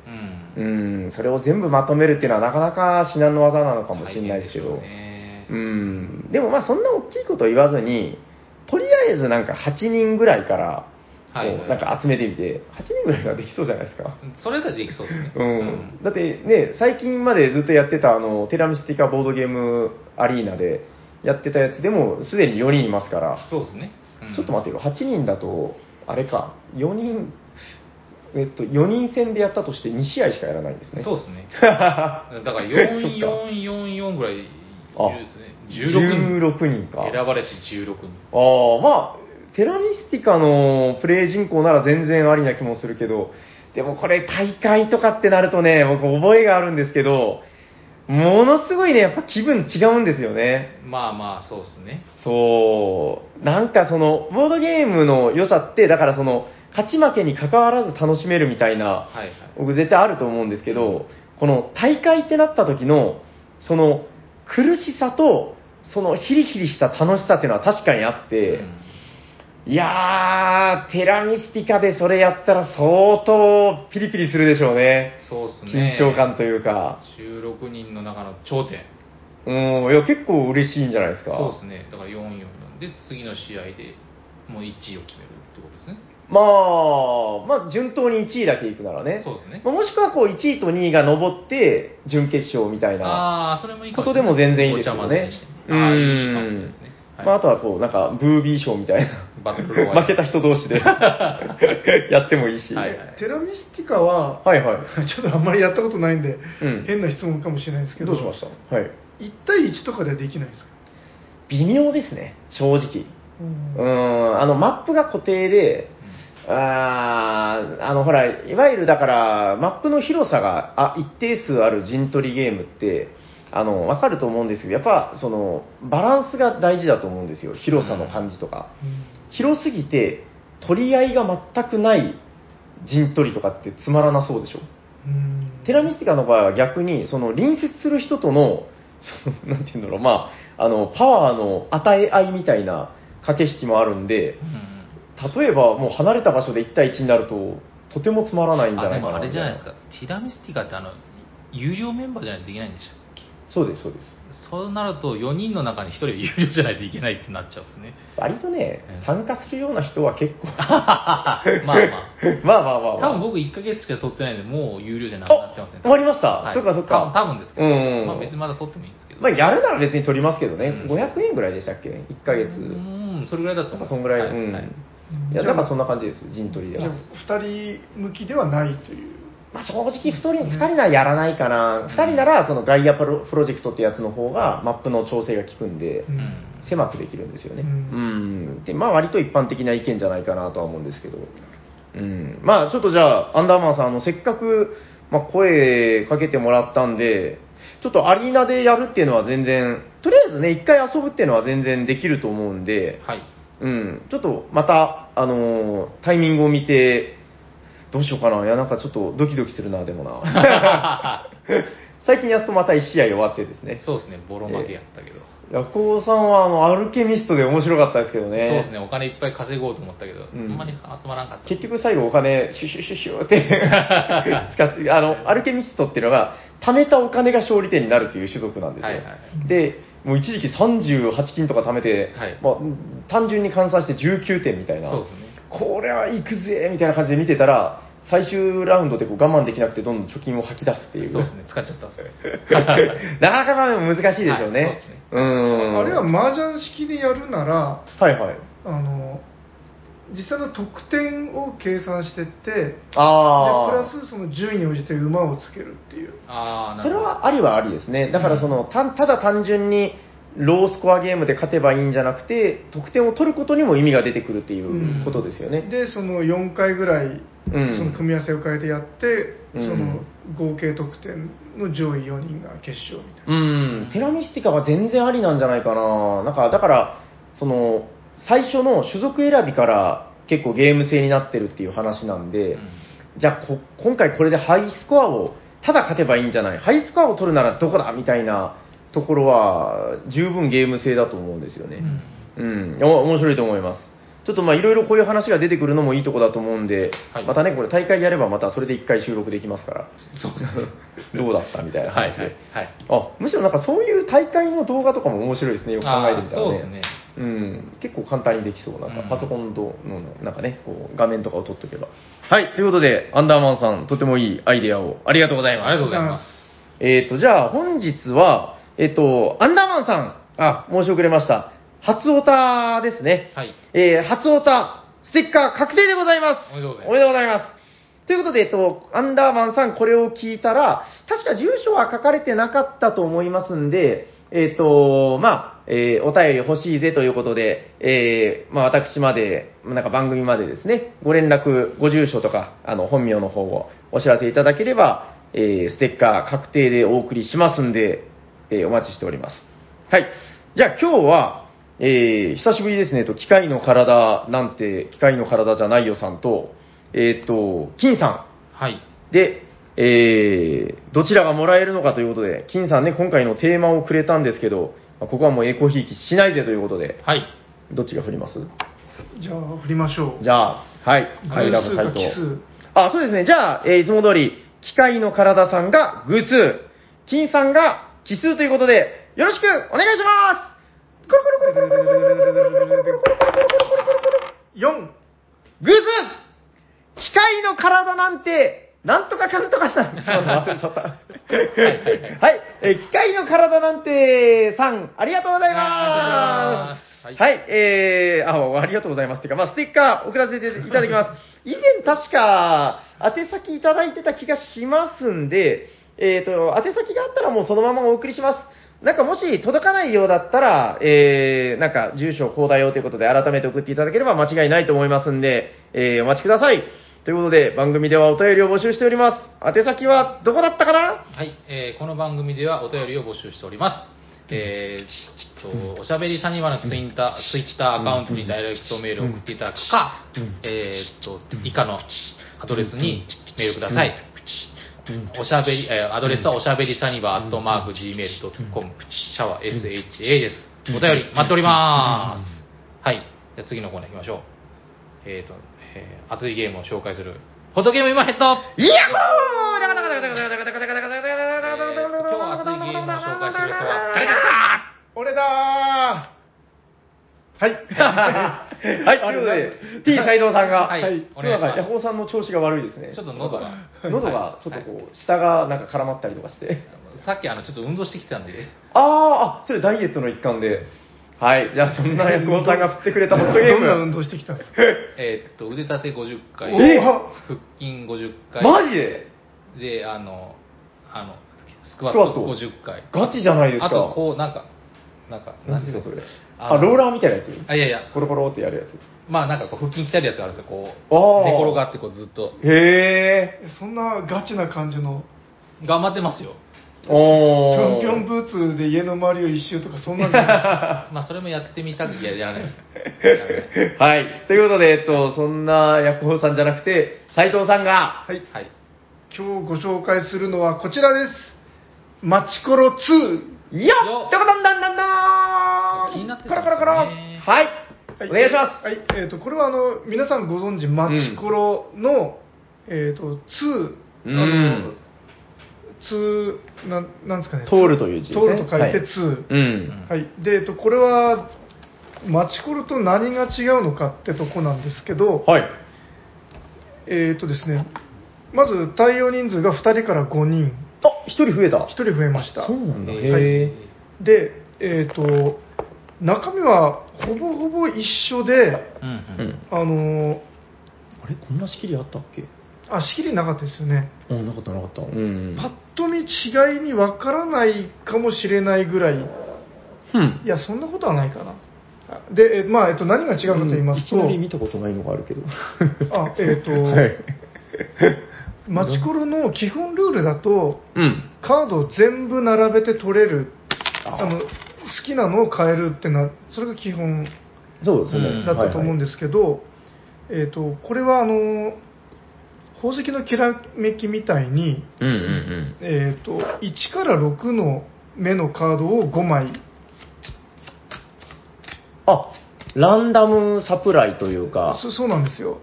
A: うん
C: うん、それを全部まとめるっていうのはなかなか至難の技なのかもしれないですけど、
A: 大変でしょうね
C: うん、でもまあそんな大きいこと言わずに、とりあえずなんか8人ぐらいから、こ
A: はいはいう
C: なんか集めてみて、8人ぐらいはできそうじゃないですか。
A: それができそうですね
C: うん、だってね、最近までずっとやってたあの、テラミスティカボードゲームアリーナでやってたやつでも、すでに4人いますから、
A: そうですねうん
C: ちょっと待ってよ、8人だと、あれか、4人、えっと、4人戦でやったとして2試合しかやらないんですね。
A: そうですねだから4444ぐらいいるですね16人
C: 人か。
A: 選ばれし16人
C: ああ、まあ、テラミスティカのプレイ人口なら全然ありな気もするけど、でもこれ大会とかってなるとね、僕覚えがあるんですけど、ものすごいね、やっぱ気分違うんですよね。
A: まあまあそうですね
C: そう。なんかその、ボードゲームの良さって、だからその、勝ち負けに関わらず楽しめるみたいな、
A: はいはい
C: 僕絶対あると思うんですけど、この大会ってなった時の、その苦しさと、そのヒリヒリした楽しさっていうのは確かにあって、
A: うん
C: いやー、テラミスティカでそれやったら相当ピリピリするでしょうね。
A: そうですね
C: 緊張感というか。
A: 16人の中の頂点
C: うん、いや、結構嬉しいんじゃないですか。
A: そうですねだから444で次の試合でもう1位を決めるってことですね
C: まあ、まあ、順当に1位だけいくならね。
A: そうですね
C: まあもしくは、こう、1位と2位が上って、準決勝みたいな。
A: ああそれもいいか
C: ことでも全然いいです
A: お茶
C: よ
A: 混ぜ
C: ね
A: にしてね。
C: う
A: ああいいかもしれない
C: ん
A: ですね。
C: まあ、あとはこう、なんか、ブービー賞みたいな。
A: バトルロワイヤル
C: 負けた人 同士でやってもいいし。
A: はいはい
B: テラミスティカは、
C: はいはい
B: ちょっとあんまりやったことないんで、
C: うん
B: 変な質問かもしれないですけど
C: どうしましたはい。
B: 1対1とかではできないですか、
C: 微妙ですね、正直。
B: うん
C: うーん、あの、マップが固定で、あーあの、ほら、いわゆるだから、マップの広さがあ一定数ある陣取りゲームって、あの分かると思うんですけどやっぱそのバランスが大事だと思うんですよ広さの感じとか、広すぎて取り合いが全くない陣取りとかってつまらなそうでしょ
B: うん
C: テラミスティカの場合は逆にその隣接する人とのそのなんていうんだろうまああのパワーの与え合いみたいな駆け引きもあるんで
A: うん
C: 例えばもう離れた場所で1対1になるととてもつまらないんじゃ
A: あ
C: な
A: で
C: いか
A: も
C: な
A: あれじゃないですかティラミスティカってあの有料メンバーじゃないとできないんでしたっけ
C: そうですそうです
A: そうなると4人の中に1人は有料じゃないといけないってなっちゃうんです ね
C: 割とね
A: うん
C: 参加するような人は 結構
A: まあま
C: まあまあまあ、
A: あ
C: まあ、
A: 多分僕1ヶ月しか取ってないんでもう有料じゃなくな
C: あ
A: ってますね
C: 終わりました、
A: はい
C: そっかそっか
A: 多分多分ですけど、
C: うんうん
A: まあ、別にまだ取ってもいいんですけど
C: まあ、やるなら別に取りますけどね、
A: うん
C: 500円ぐらいでしたっけ1ヶ月、
A: うんそれぐらいだと
C: なん
A: 思
C: か
A: う
C: そんぐらい、
A: は
C: うん、
A: はいい、
C: やだからそん
B: の
C: な感じです陣取りでは
B: 2人向きではないという
C: まあ、正直2人 ,2 人ならやらないかな、2人ならそのガイアプロプロジェクトってやつの方がマップの調整が効くんで
B: うん
C: 狭くできるんですよね、
B: う
C: うんんでまあ、割と一般的な意見じゃないかなとは思うんですけど、うんまあ、ちょっとじゃあアンダーマンさんあのせっかく、まあ、声かけてもらったんでちょっとアリーナでやるっていうのは全然とりあえずね1回遊ぶっていうのは全然できると思うんで、
A: はい
C: うん、ちょっとまた、あのータイミングを見て、どうしようかな、いや、なんかちょっとドキドキするな、でも な。最近やっとまた1試合終わってですね。
A: そうですねボロ負けやったけど、
C: ヤコウさんはあのアルケミストで面白かったですけどね。
A: そうですねお金いっぱい稼ごうと思ったけど、
C: うん
A: あんまり集まらんかった
C: 結局最後お金、シュシュシュシュって使って、あの、アルケミストっていうのが、貯めたお金が勝利点になるという種族なんです
A: は
C: よ。
A: いはいはい
C: で、もう一時期38金とか貯めて、
A: はい
C: まあ、単純に換算して19点みたいな。
A: そうですね
C: これは行くぜみたいな感じで見てたら、最終ラウンドでこう我慢できなくて、どんどん貯金を吐き出すっていう。
A: そうですね使っちゃったんですよ
C: な かなか難しいです
A: は
C: よね。
A: いそうですね
C: うん。
B: あれは麻雀式でやるなら
C: はいはい。
B: あの実際の得点を計算してってで
C: ああ。
B: プラスその順位に応じて馬をつけるっていう
A: ああな
C: そ
A: る
C: れ
A: ほど
C: はありはありですね。だからその、たただ単純に、ロースコアゲームで勝てばいいんじゃなくて、得点を取ることにも意味が出てくるっていうことですよね。
B: でその4回ぐらい
C: うん
B: その組み合わせを変えてやって、
C: うん
B: その合計得点の上位4人が決勝みたい
C: う
B: な、
C: ん、テラミスティカは全然ありなんじゃないかな、なんかだから、その最初の種族選びから結構ゲーム性になってるっていう話なんで、じゃあこ、今回これでハイスコアをただ勝てばいいんじゃない、ハイスコアを取るならどこだみたいなところは、十分ゲーム性だと思うんですよね。うん、お面白いと思います。ちょっとまあいろいろこういう話が出てくるのもいいとこだと思うんで、
A: はい
C: またね、これ大会やればまたそれで1回収録できますから、そうです ね。どうだったみたいな
A: はい
C: 話
A: はい
C: で。
A: はい
C: あむしろなんかそういう大会の動画とかも面白いですね、よく考えてみたら
A: あーそう
C: ね。
A: ですね
C: うん、結構簡単にできそう、なん
A: うん
C: かパソコンとのなんかね、こう画面とかを撮っておけば。はい、ということで、アンダーマンさん、とてもいいアイデアをありがとうございます。
A: ありがとうございます
C: えっ、と、じゃあ本日は、えっ、と、アンダーマンさん、あ、申し遅れました。初オタですね。
A: はい
C: えー初オタ、ステッカー確定でございます。
A: おめでとうございます
C: おめでとうございます。ということで、えっと、アンダーマンさん、これを聞いたら、確か住所は書かれてなかったと思いますんで、えっ、と、まあ、えーお便り欲しいぜということで、えーまあ、私まで、なんか番組までですね、ご連絡、ご住所とか、あの、本名の方をお知らせいただければ、えーステッカー確定でお送りしますんで、えーお待ちしております。はい。じゃあ今日は、えー久しぶりですね、と、機械の体なんて、機械の体じゃないよさんと、えっ、と、金さ
A: はい
C: んで、えーどちらがもらえるのかということで、金さんね、今回のテーマをくれたんですけど、まあここはもうエコひいきしないぜということで、
A: はい
C: どっちが振ります
B: じゃあ振りましょう
C: じゃあ、はい、
B: 偶数か
C: 回答
B: 奇数
C: あ、そうですね。じゃあ、えーいつも通り、機械の体さんが偶数、金さんが奇数ということで、よろしくお願いしますコロコロコロコロコロコロコロコロコロコロコロコロ
B: 4
C: 偶数機械の体なんて、なんとかかんとかなんて、すいません忘れちゃった。はい、えー機械の体なんてさん、ありがとうございま
A: あり
C: す。
A: がとうござ
C: はいい、えー、あ、ありがとうございます。ていうか、まあ、ステッカー送らせていただきます。以前確か、宛先いただいてた気がしますんで、えっ、と、宛先があったらもうそのままお送りします。なんかもし届かないようだったら、えー、なんか住所、交代用ということで改めて送っていただければ間違いないと思いますんで、えー、お待ちください。ということで、番組ではお便りを募集しております。宛先はどこだったかな
A: はい、えーこの番組ではお便りを募集しております。えー、とおしゃべりサニバのツインタツイッターアカウントにダイレクトメールを送っていただくか、えー、と以下のアドレスにメールください。おしゃべり、えーアドレスはおしゃべりサニバーアットマーク Gmail.com、シャワー SHA です。お便り待っております。はい、じゃあ次のコーナー行きましょう。えっ、と、えー熱いゲームを紹介する、フォトゲーム今ヘッド
C: イヤッホー
A: えー今日熱いゲームを紹介する人は誰です
B: 俺だーはい
C: はい、ということで、T 斎藤さんが、
A: はい
C: 今日なんかヤホーさんの調子が悪いですね。
A: ちょっと喉が
C: 喉が、ちょっとこう、下がなんか絡まったりとかして。
A: かさっきあのちょっと運動してきてたんで
C: あーあ、それダイエットの一環で。はい、じゃあそんなヤホーさんが振ってくれたホットゲー
B: どんな運
C: ム。
B: 動してきたんですか
A: えーっと腕立て50回
C: え
A: 腹筋50回
C: マジで
A: であのあのスクワット50回
C: ガチじゃないですか。
A: あとこうなんかなんか
C: 何です
A: てい
C: か
A: う
C: そ
A: の
C: れ。
A: あ
C: あ、
A: の
C: ローラーみたいなやつ
A: あいやいや
C: コロコロってやるやつ。
A: まあなんかこう腹筋鍛えるやつがあるんですよこう
C: あー
A: 寝転がってこうずっと
C: へえ。
B: そんなガチな感じの
A: 頑張ってますよ
B: ぴ
C: お
B: ょん
C: ー
B: ぴょんブーツで家の周りを一周とかそんなんじゃない
A: まあそれもやってみたくいややら ないですやらない
C: はい。ということで、えっと、そんなヤホーさんじゃなくて、斎藤さんが、
B: はい
A: はい
B: 今日ご紹介するのはこちらですマチコロ2
C: よっとこだんだんだんだーん
A: 気になってた
C: コ
A: んで
C: ロ
A: す
C: コ
A: よ
C: ロ
A: ね
C: コロはい。お願いします。
B: はい、えっ、と、これはあの、皆さんご存知、マチコロの、えっ、と、2、
C: うん
B: あの、2、なん、なんですかね。
C: 通るという字ですね
B: 通ると書いて
C: はい
B: 2。
C: う。
A: うんん
B: はい、で、えっと、これは、マチコロと何が違うのかってとこなんですけど、
C: はい。
B: えっ、とですね、まず対応人数が2人から5人、
C: あ、一人増えた。
B: 1人増えました。
C: そうなんだ。
A: え
C: へ
A: ー
C: え。
B: で、えっ、と、中身はほぼほぼ一緒で、
A: うん
C: う
A: うん
C: ん。
B: あのー
C: あれこんな仕切りあったっけ
B: あ、仕切りなかったですよね。
C: あ、なかったなかった。うん。
B: パッと見違いにわからないかもしれないぐらいい
C: うん。
B: やそんなことはないかなあで、えまあえっと、何が違うかと言いますと、
C: うんきなり見たことないのがあるけど。
B: あえっと
C: はい。
B: マチコロの基本ルールだと
C: うん。
B: カードを全部並べて取れる
C: あ
B: あの好きなのを変えるってなそれが基本
C: そうです
A: う
C: ね。
A: ん
B: だったと思うん
C: で
B: ですけど、えっとこれはあの宝石のきらめきみたいに、
C: うんうん
B: えっと1から6の目のカードを5枚
C: うん。あ、ランダムサプライというか。
B: そそうなんですよ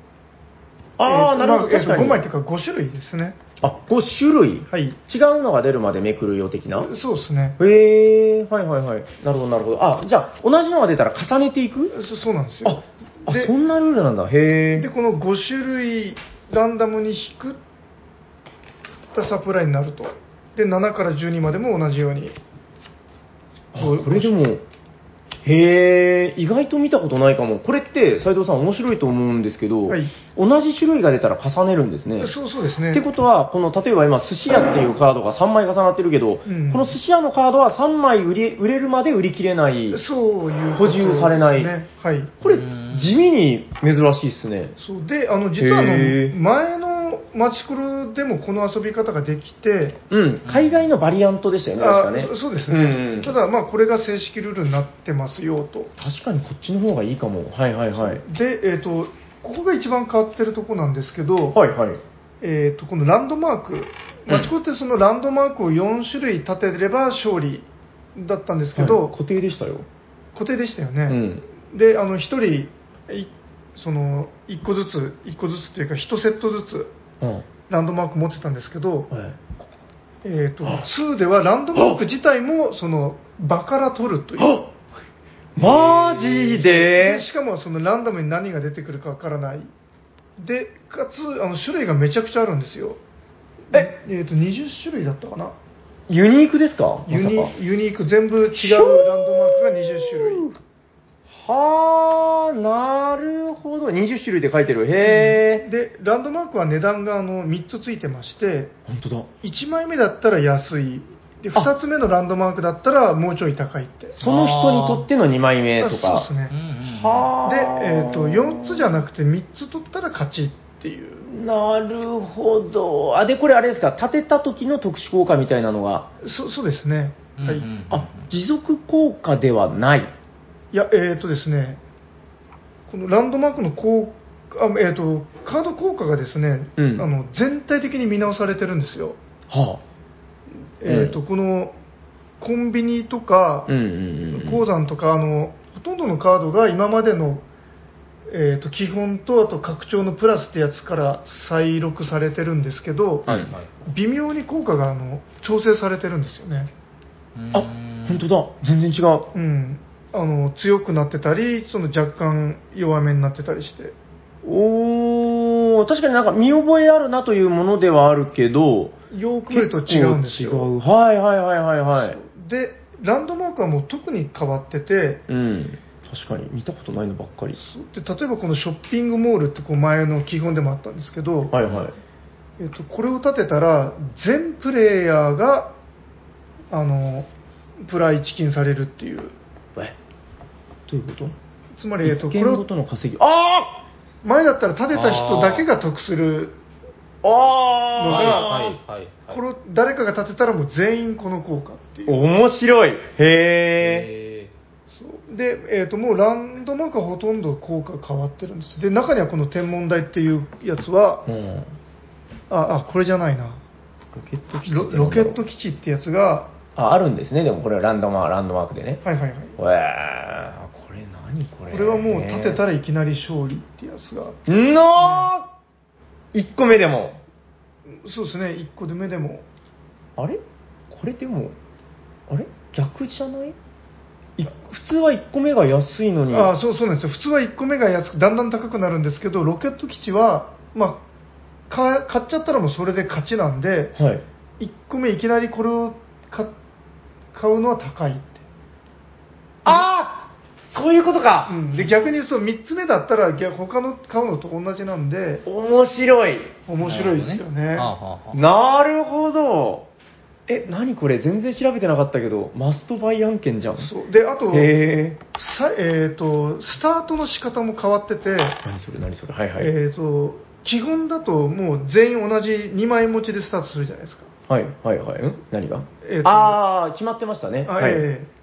C: ああ、なるほど。確かに。
B: 5枚というか5種類ですね。
C: あ、5種類。
B: はい。
C: 違うのが出るまでめくるよ的な。
B: そうですね。
C: へえ、はいはいはい。なるほどなるほど。あ、じゃあ、同じのが出たら重ねていく
B: そそうなんですよ
C: あ。あ
B: で、
C: そんなルールなんだ。へえ。
B: で、この5種類ランダムに引くったサプライになると。で、7から12までも同じように。
C: あこれでも、へえ、意外と見たことないかも。これって、斉藤さん面白いと思うんですけど、
B: はい
C: 同じ種類が出たら重ねるんですね。
B: そうそうですね。
C: ってことは、この例えば今、寿司屋っていうカードが3枚重なってるけど、
B: うん
C: この寿司屋のカードは3枚売れ売れるまで売り切れない、
B: そういうことですね
C: 補充されない
B: はい。
C: これ、
A: うん
C: 地味に珍しいっすね。
B: そうで、あの、実はあ
C: へ
B: の、
C: ー
B: 前のマチクロでもこの遊び方ができて、
C: うん、海外のバリアントでしたよね、確か
B: あ
C: ね
B: そ。そうです
C: うんう
B: ね
C: ん。
B: ただ、まあ、これが正式ルールになってますよと。
C: 確かにこっちの方がいいかも。はいはいはい。
B: で、えー、とここが一番変わってるとこなんですけど、
C: はいはい。
B: えー、とこのランドマーク、マチコってそのランドマークを4種類立てれば勝利だったんですけど、
C: はい固定でしたよ。
B: 固定でしたよ
C: う
B: ね、
C: ん。
B: であの1人いその1個ずつ、1個ずつというか、1セットずつ
C: うん。は
B: ランドマーク持ってたんですけど、
C: い。
B: えー、と2ではランドマーク自体もその場から取るという。
C: マジで
B: でしかもそのランダムに何が出てくるかわからないでかつあの種類がめちゃくちゃあるんですよええー、と20種類だったかな
C: ユニークですか
B: ユニ
C: まさか
B: ユニーク全部違うランドマークが20種類
C: はー、なるほど。20種類って書いてる。へー。
B: でランドマークは値段があの3つついてまして
C: 本当だ。
B: 1枚目だったら安いで
C: あ
B: 2つ目のランドマークだったらもうちょい高いって
C: その人にとっての2枚目
B: あ
C: とか。
B: そうです
A: うんう
B: ね
A: ん
B: で、えー、と4つじゃなくて3つ取ったら勝ちっっていう
C: なるほど。あ、で、これあれですか、立てた時の特殊効果みたいなのが、
B: そそうですね、はい
A: うんうん
C: あ、持続効果ではない。
B: いやえっ、とですねこのランドマークの効果あえー、とカード効果がですね、
C: うん
B: あの全体的に見直されてるんですよ、
C: は
B: えーと
C: うん
B: このコンビニとか
C: あ。、うんうんうん。
B: 鉱山とかあのほとんどのカードが今までの、えー、と基本とあと拡張のプラスってやつから再録されてるんですけど、
C: はい
A: はい
B: 微妙に効果があの調整されてるんですよね、
C: あ、本当だ。全然違う。
B: うん、あの強くなってたりその若干弱めになってたりして
C: おー、確かになんか見覚えあるなというものではあるけど、
B: よく見ると違うんです
C: 結構違
B: よ
C: うはいはいはいはいはい。
B: でランドマークはもう特に変わってて
C: うん。確かに見たことないのばっかり。
B: で例えばこのショッピングモールってこう前の基本でもあったんですけど、
C: はいはい。
B: えっと、これを立てたら全プレイヤーがあのプライチキンされるっていう
C: えどういうこと
B: つまり、えっと、
C: 一
B: こ
C: 件
B: れ
C: ご
B: を
C: との稼ぎ。あ
B: 前だったら立てた人だけが得する
C: ーあー
A: はいはいはいはい
B: これを誰かが立てたらもう全員この効果っていう
C: 面白いへえ
A: え
B: そうで、えっともうランドマークはほとんど効果変わってるんですで中にはこの天文台っていうやつは
C: うん
B: ああこれじゃないな
C: ロケット基地ってな
B: ロ
C: んだろう
B: ロケット基地ってやつが
C: ああるんですねでもこれはランドマーランドマークでね
B: はいはいはい
C: へえこれ何これ
B: これはもう立てたらいきなり勝利ってやつが
C: の1個目でも
B: そうですね1個で目でも
C: あれこれでもあれ逆じゃないい普通は1個目が安いのに
B: ああそうそうなんですよ普通は1個目が安くだんだん高くなるんですけどロケット基地は、まあ、か買っちゃったらもうそれで勝ちなんで
C: はい
B: 1個目いきなりこれを買買うのは高いって、
C: ああそういうことか
B: うん、で逆に言うと3つ目だったら逆他の買うのと同じなんで
C: 面白い
B: 面白いですよね
A: はあはあはあ
C: なるほどえ何これ全然調べてなかったけどマストバイ案件じゃん
B: そうであと,、
C: へえ
B: さえー、とスタートの仕方も変わってて、
C: 何それ何それはいはい、
B: えー、と基本だともう全員同じ2枚持ちでスタートするじゃないですか
C: はいはいはいん何が、
B: えーと
C: ああ決まってましたね
B: あ
C: はい、
B: ええ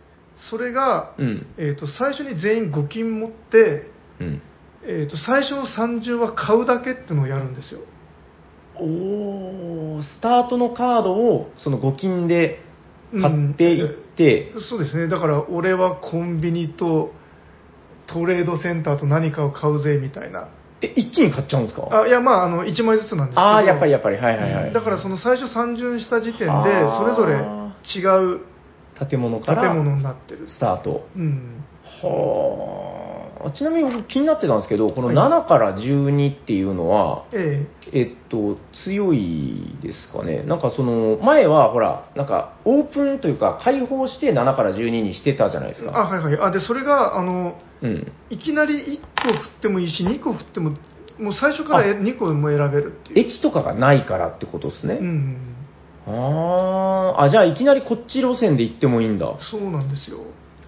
B: それが、
C: うん
B: えー、と最初に全員5金持って、
C: うん
B: えー、と最初の30は買うだけっていうのをやるんですよ
C: おおスタートのカードをその5金で買っていって、
B: そうですねだから俺はコンビニとトレードセンターと何かを買うぜみたいな
C: え一気に買っちゃうんですか
B: あいやまああの1枚ずつなんですけど
C: ああーやっぱりやっぱりはいはいはい
B: だからその最初30した時点で
C: あー
B: それぞれ違う
C: 建物から
B: 建物になってる
C: スタート
B: うん
C: はあちなみに僕気になってたんですけどこの
B: はい
C: 7から12っていうのは、
B: え
C: えっと強いですかねなんかその前はほらなんかオープンというか開放して7から12にしてたじゃないです
B: え
C: か
B: あはいはいあでそれがあの
C: うん
B: いきなり1個振ってもいいし2個振ってももう最初から
C: あ
B: 2個も選べるっていう
C: 駅とかがないからってことです
B: うんう
C: ね、
B: ん
C: あーあじゃあいきなりこっち路線で行ってもいいんだ
B: そうなんですよ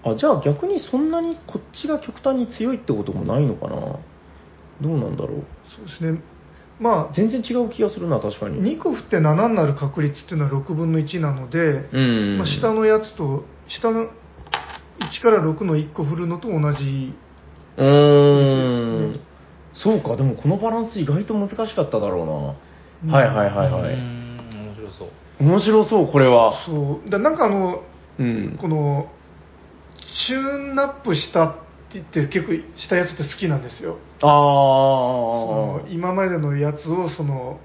C: あじゃあ逆にそんなにこっちが極端に強いってこともないのかなどうなんだろう
B: そうですねまあ
C: 全然違う気がするな確かに
B: 2個振って7になる確率っていうのは6分の1なので、
C: うん、
B: まあ、下のやつと下の1から6の1個振るのと同じ
C: うー
B: そうです
C: ん
B: ね
C: そうかでもこのバランス意外と難しかっただろうな、はいはいはいは
A: うー
C: い
A: ん面白そう
C: 面白そうこれは
B: そうだなんかあの
C: うん
B: このチューンナップしたって言って結構したやつって好きなんですよ
C: あ
B: その
C: あ
B: 今までのやつをその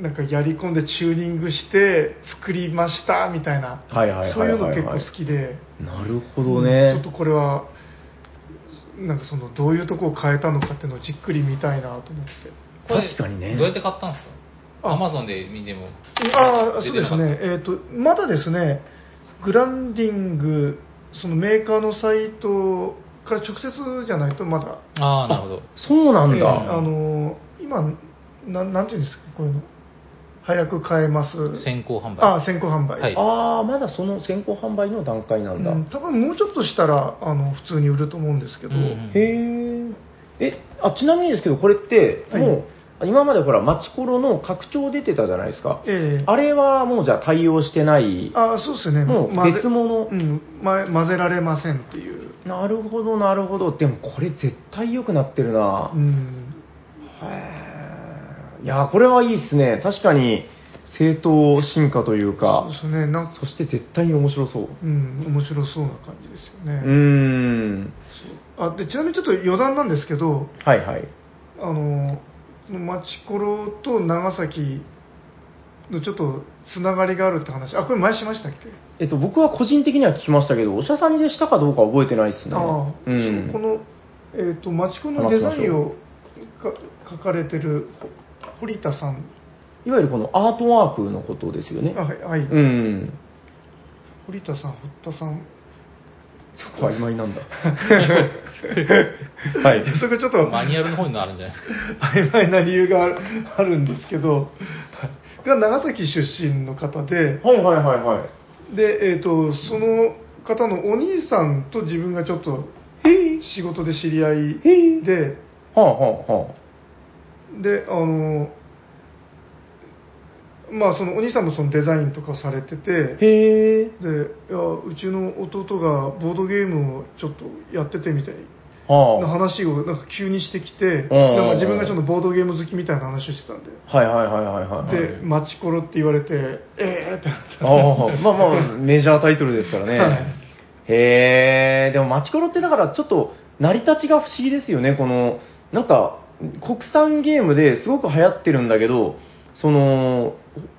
B: なんかやり込んでチューニングして作りましたみたいな
C: はいはいはいはいはい
B: そういうの結構好きで
C: なるほどね、
B: ちょっとこれはなんかそのどういうとこを変えたのかっていうのをじっくり見たいなと思って
A: これ
C: 確かにね
A: どうやって買ったんですか
B: あ
A: アマゾンで見ても
B: ああそうです
A: 出
B: ねえっ、とまだですねグランディングそのメーカーのサイトから直接じゃないとまだ
A: ああなるほど
C: そうなんだ、
B: ええあの今ななんていうんですかこういうの早く買えます
A: 先行販売
B: あ先行販売、
A: はい
C: ああまだその先行販売の段階なんだ、
B: うん多分もうちょっとしたらあの普通に売ると思うんですけど、
A: うんうん
C: へーえあちなみにですけどこれってもう、
B: はい
C: 今までほら、マチコロの拡張出てたじゃないですか。
B: ええ
C: あれはもうじゃあ対応してない。
B: あそうですね
C: もう
B: 混ぜ
C: 別物
B: うんま、混ぜられませんっていう、
C: なるほど、なるほど。でもこれ絶対良くなってるな。
B: うん、
C: へーいやー、これはいいですね。確かに、正当進化という
B: そ
C: か
B: うで、すねなんか、
C: そして絶対に面白そう。
B: うん、面白そうな感じですよ
C: う
B: ね、
C: ーん。
B: あでちなみにちょっと余談なんですけど
C: はいはい。
B: あの町コロと長崎のちょっとつながりがあるって話あこれ前しましたっけ
C: えっと、僕は個人的には聞きましたけど、おしゃさんにでしたかどうかは覚えてないですね。
B: ああ、
C: うん
B: そうこの、えー、と町コのデザインをか書かれてるほ堀田さん
C: いわゆるこのアートワークのことですよね
B: あ。はい、はい
C: うん。
B: 堀田さん堀田さん
C: そ こは曖昧なんだ。 はい。
B: それがちょっと
A: マニュアルの方になるんじゃないですか
B: 曖昧な理由があるあるんですけどが長崎出身の方で
C: はいはいはいはい。
B: で、えー、とその方のお兄さんと自分がちょっと
C: へい。
B: 仕事で知り合い
C: へい。
B: で
C: はあはあは
B: であのまあそのお兄さんもそのデザインとかをされてて
C: あ。へえ。
B: でいやうちの弟がボードゲームをちょっとやっててみたいな
C: は
B: 話をなんか急にしてきて
C: うんうんうん
B: なんか自分がちょっとボードゲーム好きみたいな話をしてたんで
C: あ。はいはいはいはいはい。
B: で「マチコロ」って言われて「ええー!」ってなった
C: あ あ、まあまあ、メジャータイトルですからね。へえ、でもマチコロってだからちょっと成り立ちが不思議ですよね、この、なんか、国産ゲームですごく流行ってるんだけど、その、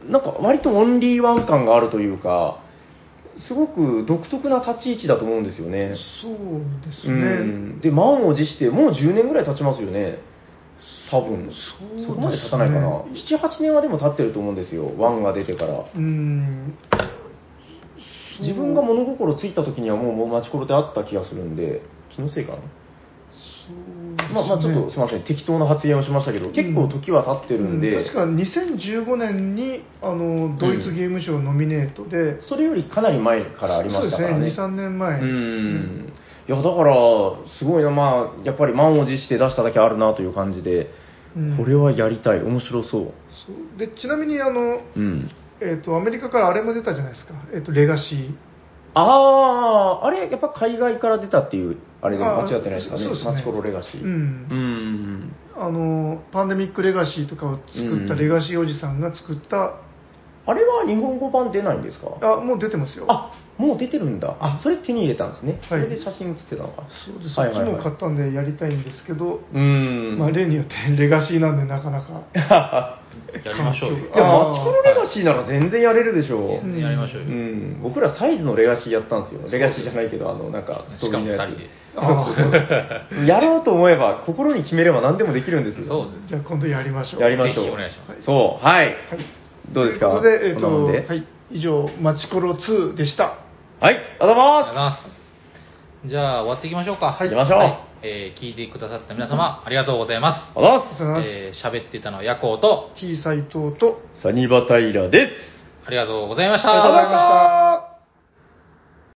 C: なんか割とオンリーワン感があるというか、すごく独特な立ち位置だと思うんですよね。
B: そうです
C: う
B: ね、
C: ん、で、満を持して、もう10年ぐらい経ちますよね。多分
B: そう
C: そ,、
B: ですね
C: こまで経たないかな78年はでも経ってると思うんですよワンが出てから
B: うんそう
C: 自分が物心ついた時にはもうもう町コロであった気がするんで気のせいかな、
B: そうですね
C: まあまあちょっとすいません適当な発言をしましたけど結構時は経ってるんで、
B: うん確か2015年にあのドイツゲーム賞ノミネートで、
C: それよりかなり前からありましたからね
B: そうですね23年前
C: うん、いやだからすごいなまあやっぱり満を持して出しただけあるなという感じで、
B: うん
C: これはやりたい面白そう
B: そうでちなみにあの、
C: うん
B: えー、とアメリカからあれも出たじゃないですか、えー、とレガシー
C: あああれやっぱ海外から出たっていうあれで
B: あ
C: 間
B: ー
C: 違ってないですかね
B: そうですね
C: マチコロレガシー
B: うん
C: うん
B: あのパンデミックレガシーとかを作った
C: うん
B: レガシーおじさんが作った、
C: あれは日本語版出ないんですか
B: あもう出てますよ
C: あもう出てるんだ。あ、それ手に入れたんですね。そ
B: はい
C: れで写真写ってたのか。
B: そうです、
C: はいはいはい
B: こっちも買ったんでやりたいんですけど、
C: うーん。
B: まあ、
C: い
B: 例によってレガシーなんでなかなか
A: やりましょうよ
B: 環境
C: や、
B: があー
C: マチコロレガシーなら全然やれるでしょ
A: 全然やりましょう
C: う。
A: よ、
C: ん。僕らサイズのレガシーやったんですよ。レガシーじゃないけど、あの、なんか、スト
A: し
C: ー
A: か
C: リー
A: も
C: の
A: 2
C: や
A: 人で
B: あ
C: つ。 やろうと思えば、心に決めれば何でもできるんですよ。
A: そうで
B: じゃあ今度やりましょう
C: やりましょう。
A: ぜひお願いします
C: そう、はい。どうですか
B: というこ
C: こ
B: とで、えー
C: んなもん
B: と
C: で
B: はい、以上「マチコロ2」でした
C: はい、ありがとうござい
A: ありがとうござい
C: ま
A: ますじゃあ終わっていきましょうかはい
C: 行きましょう
A: えー聞いてくださった皆様ありがとうございます
C: す。ありがとうございま
B: ありがとうございます、
A: えー喋ってたのは夜行と
B: T 斎藤と
C: す。サニバタイラです。
A: ありがとうございました
B: ありがとうございました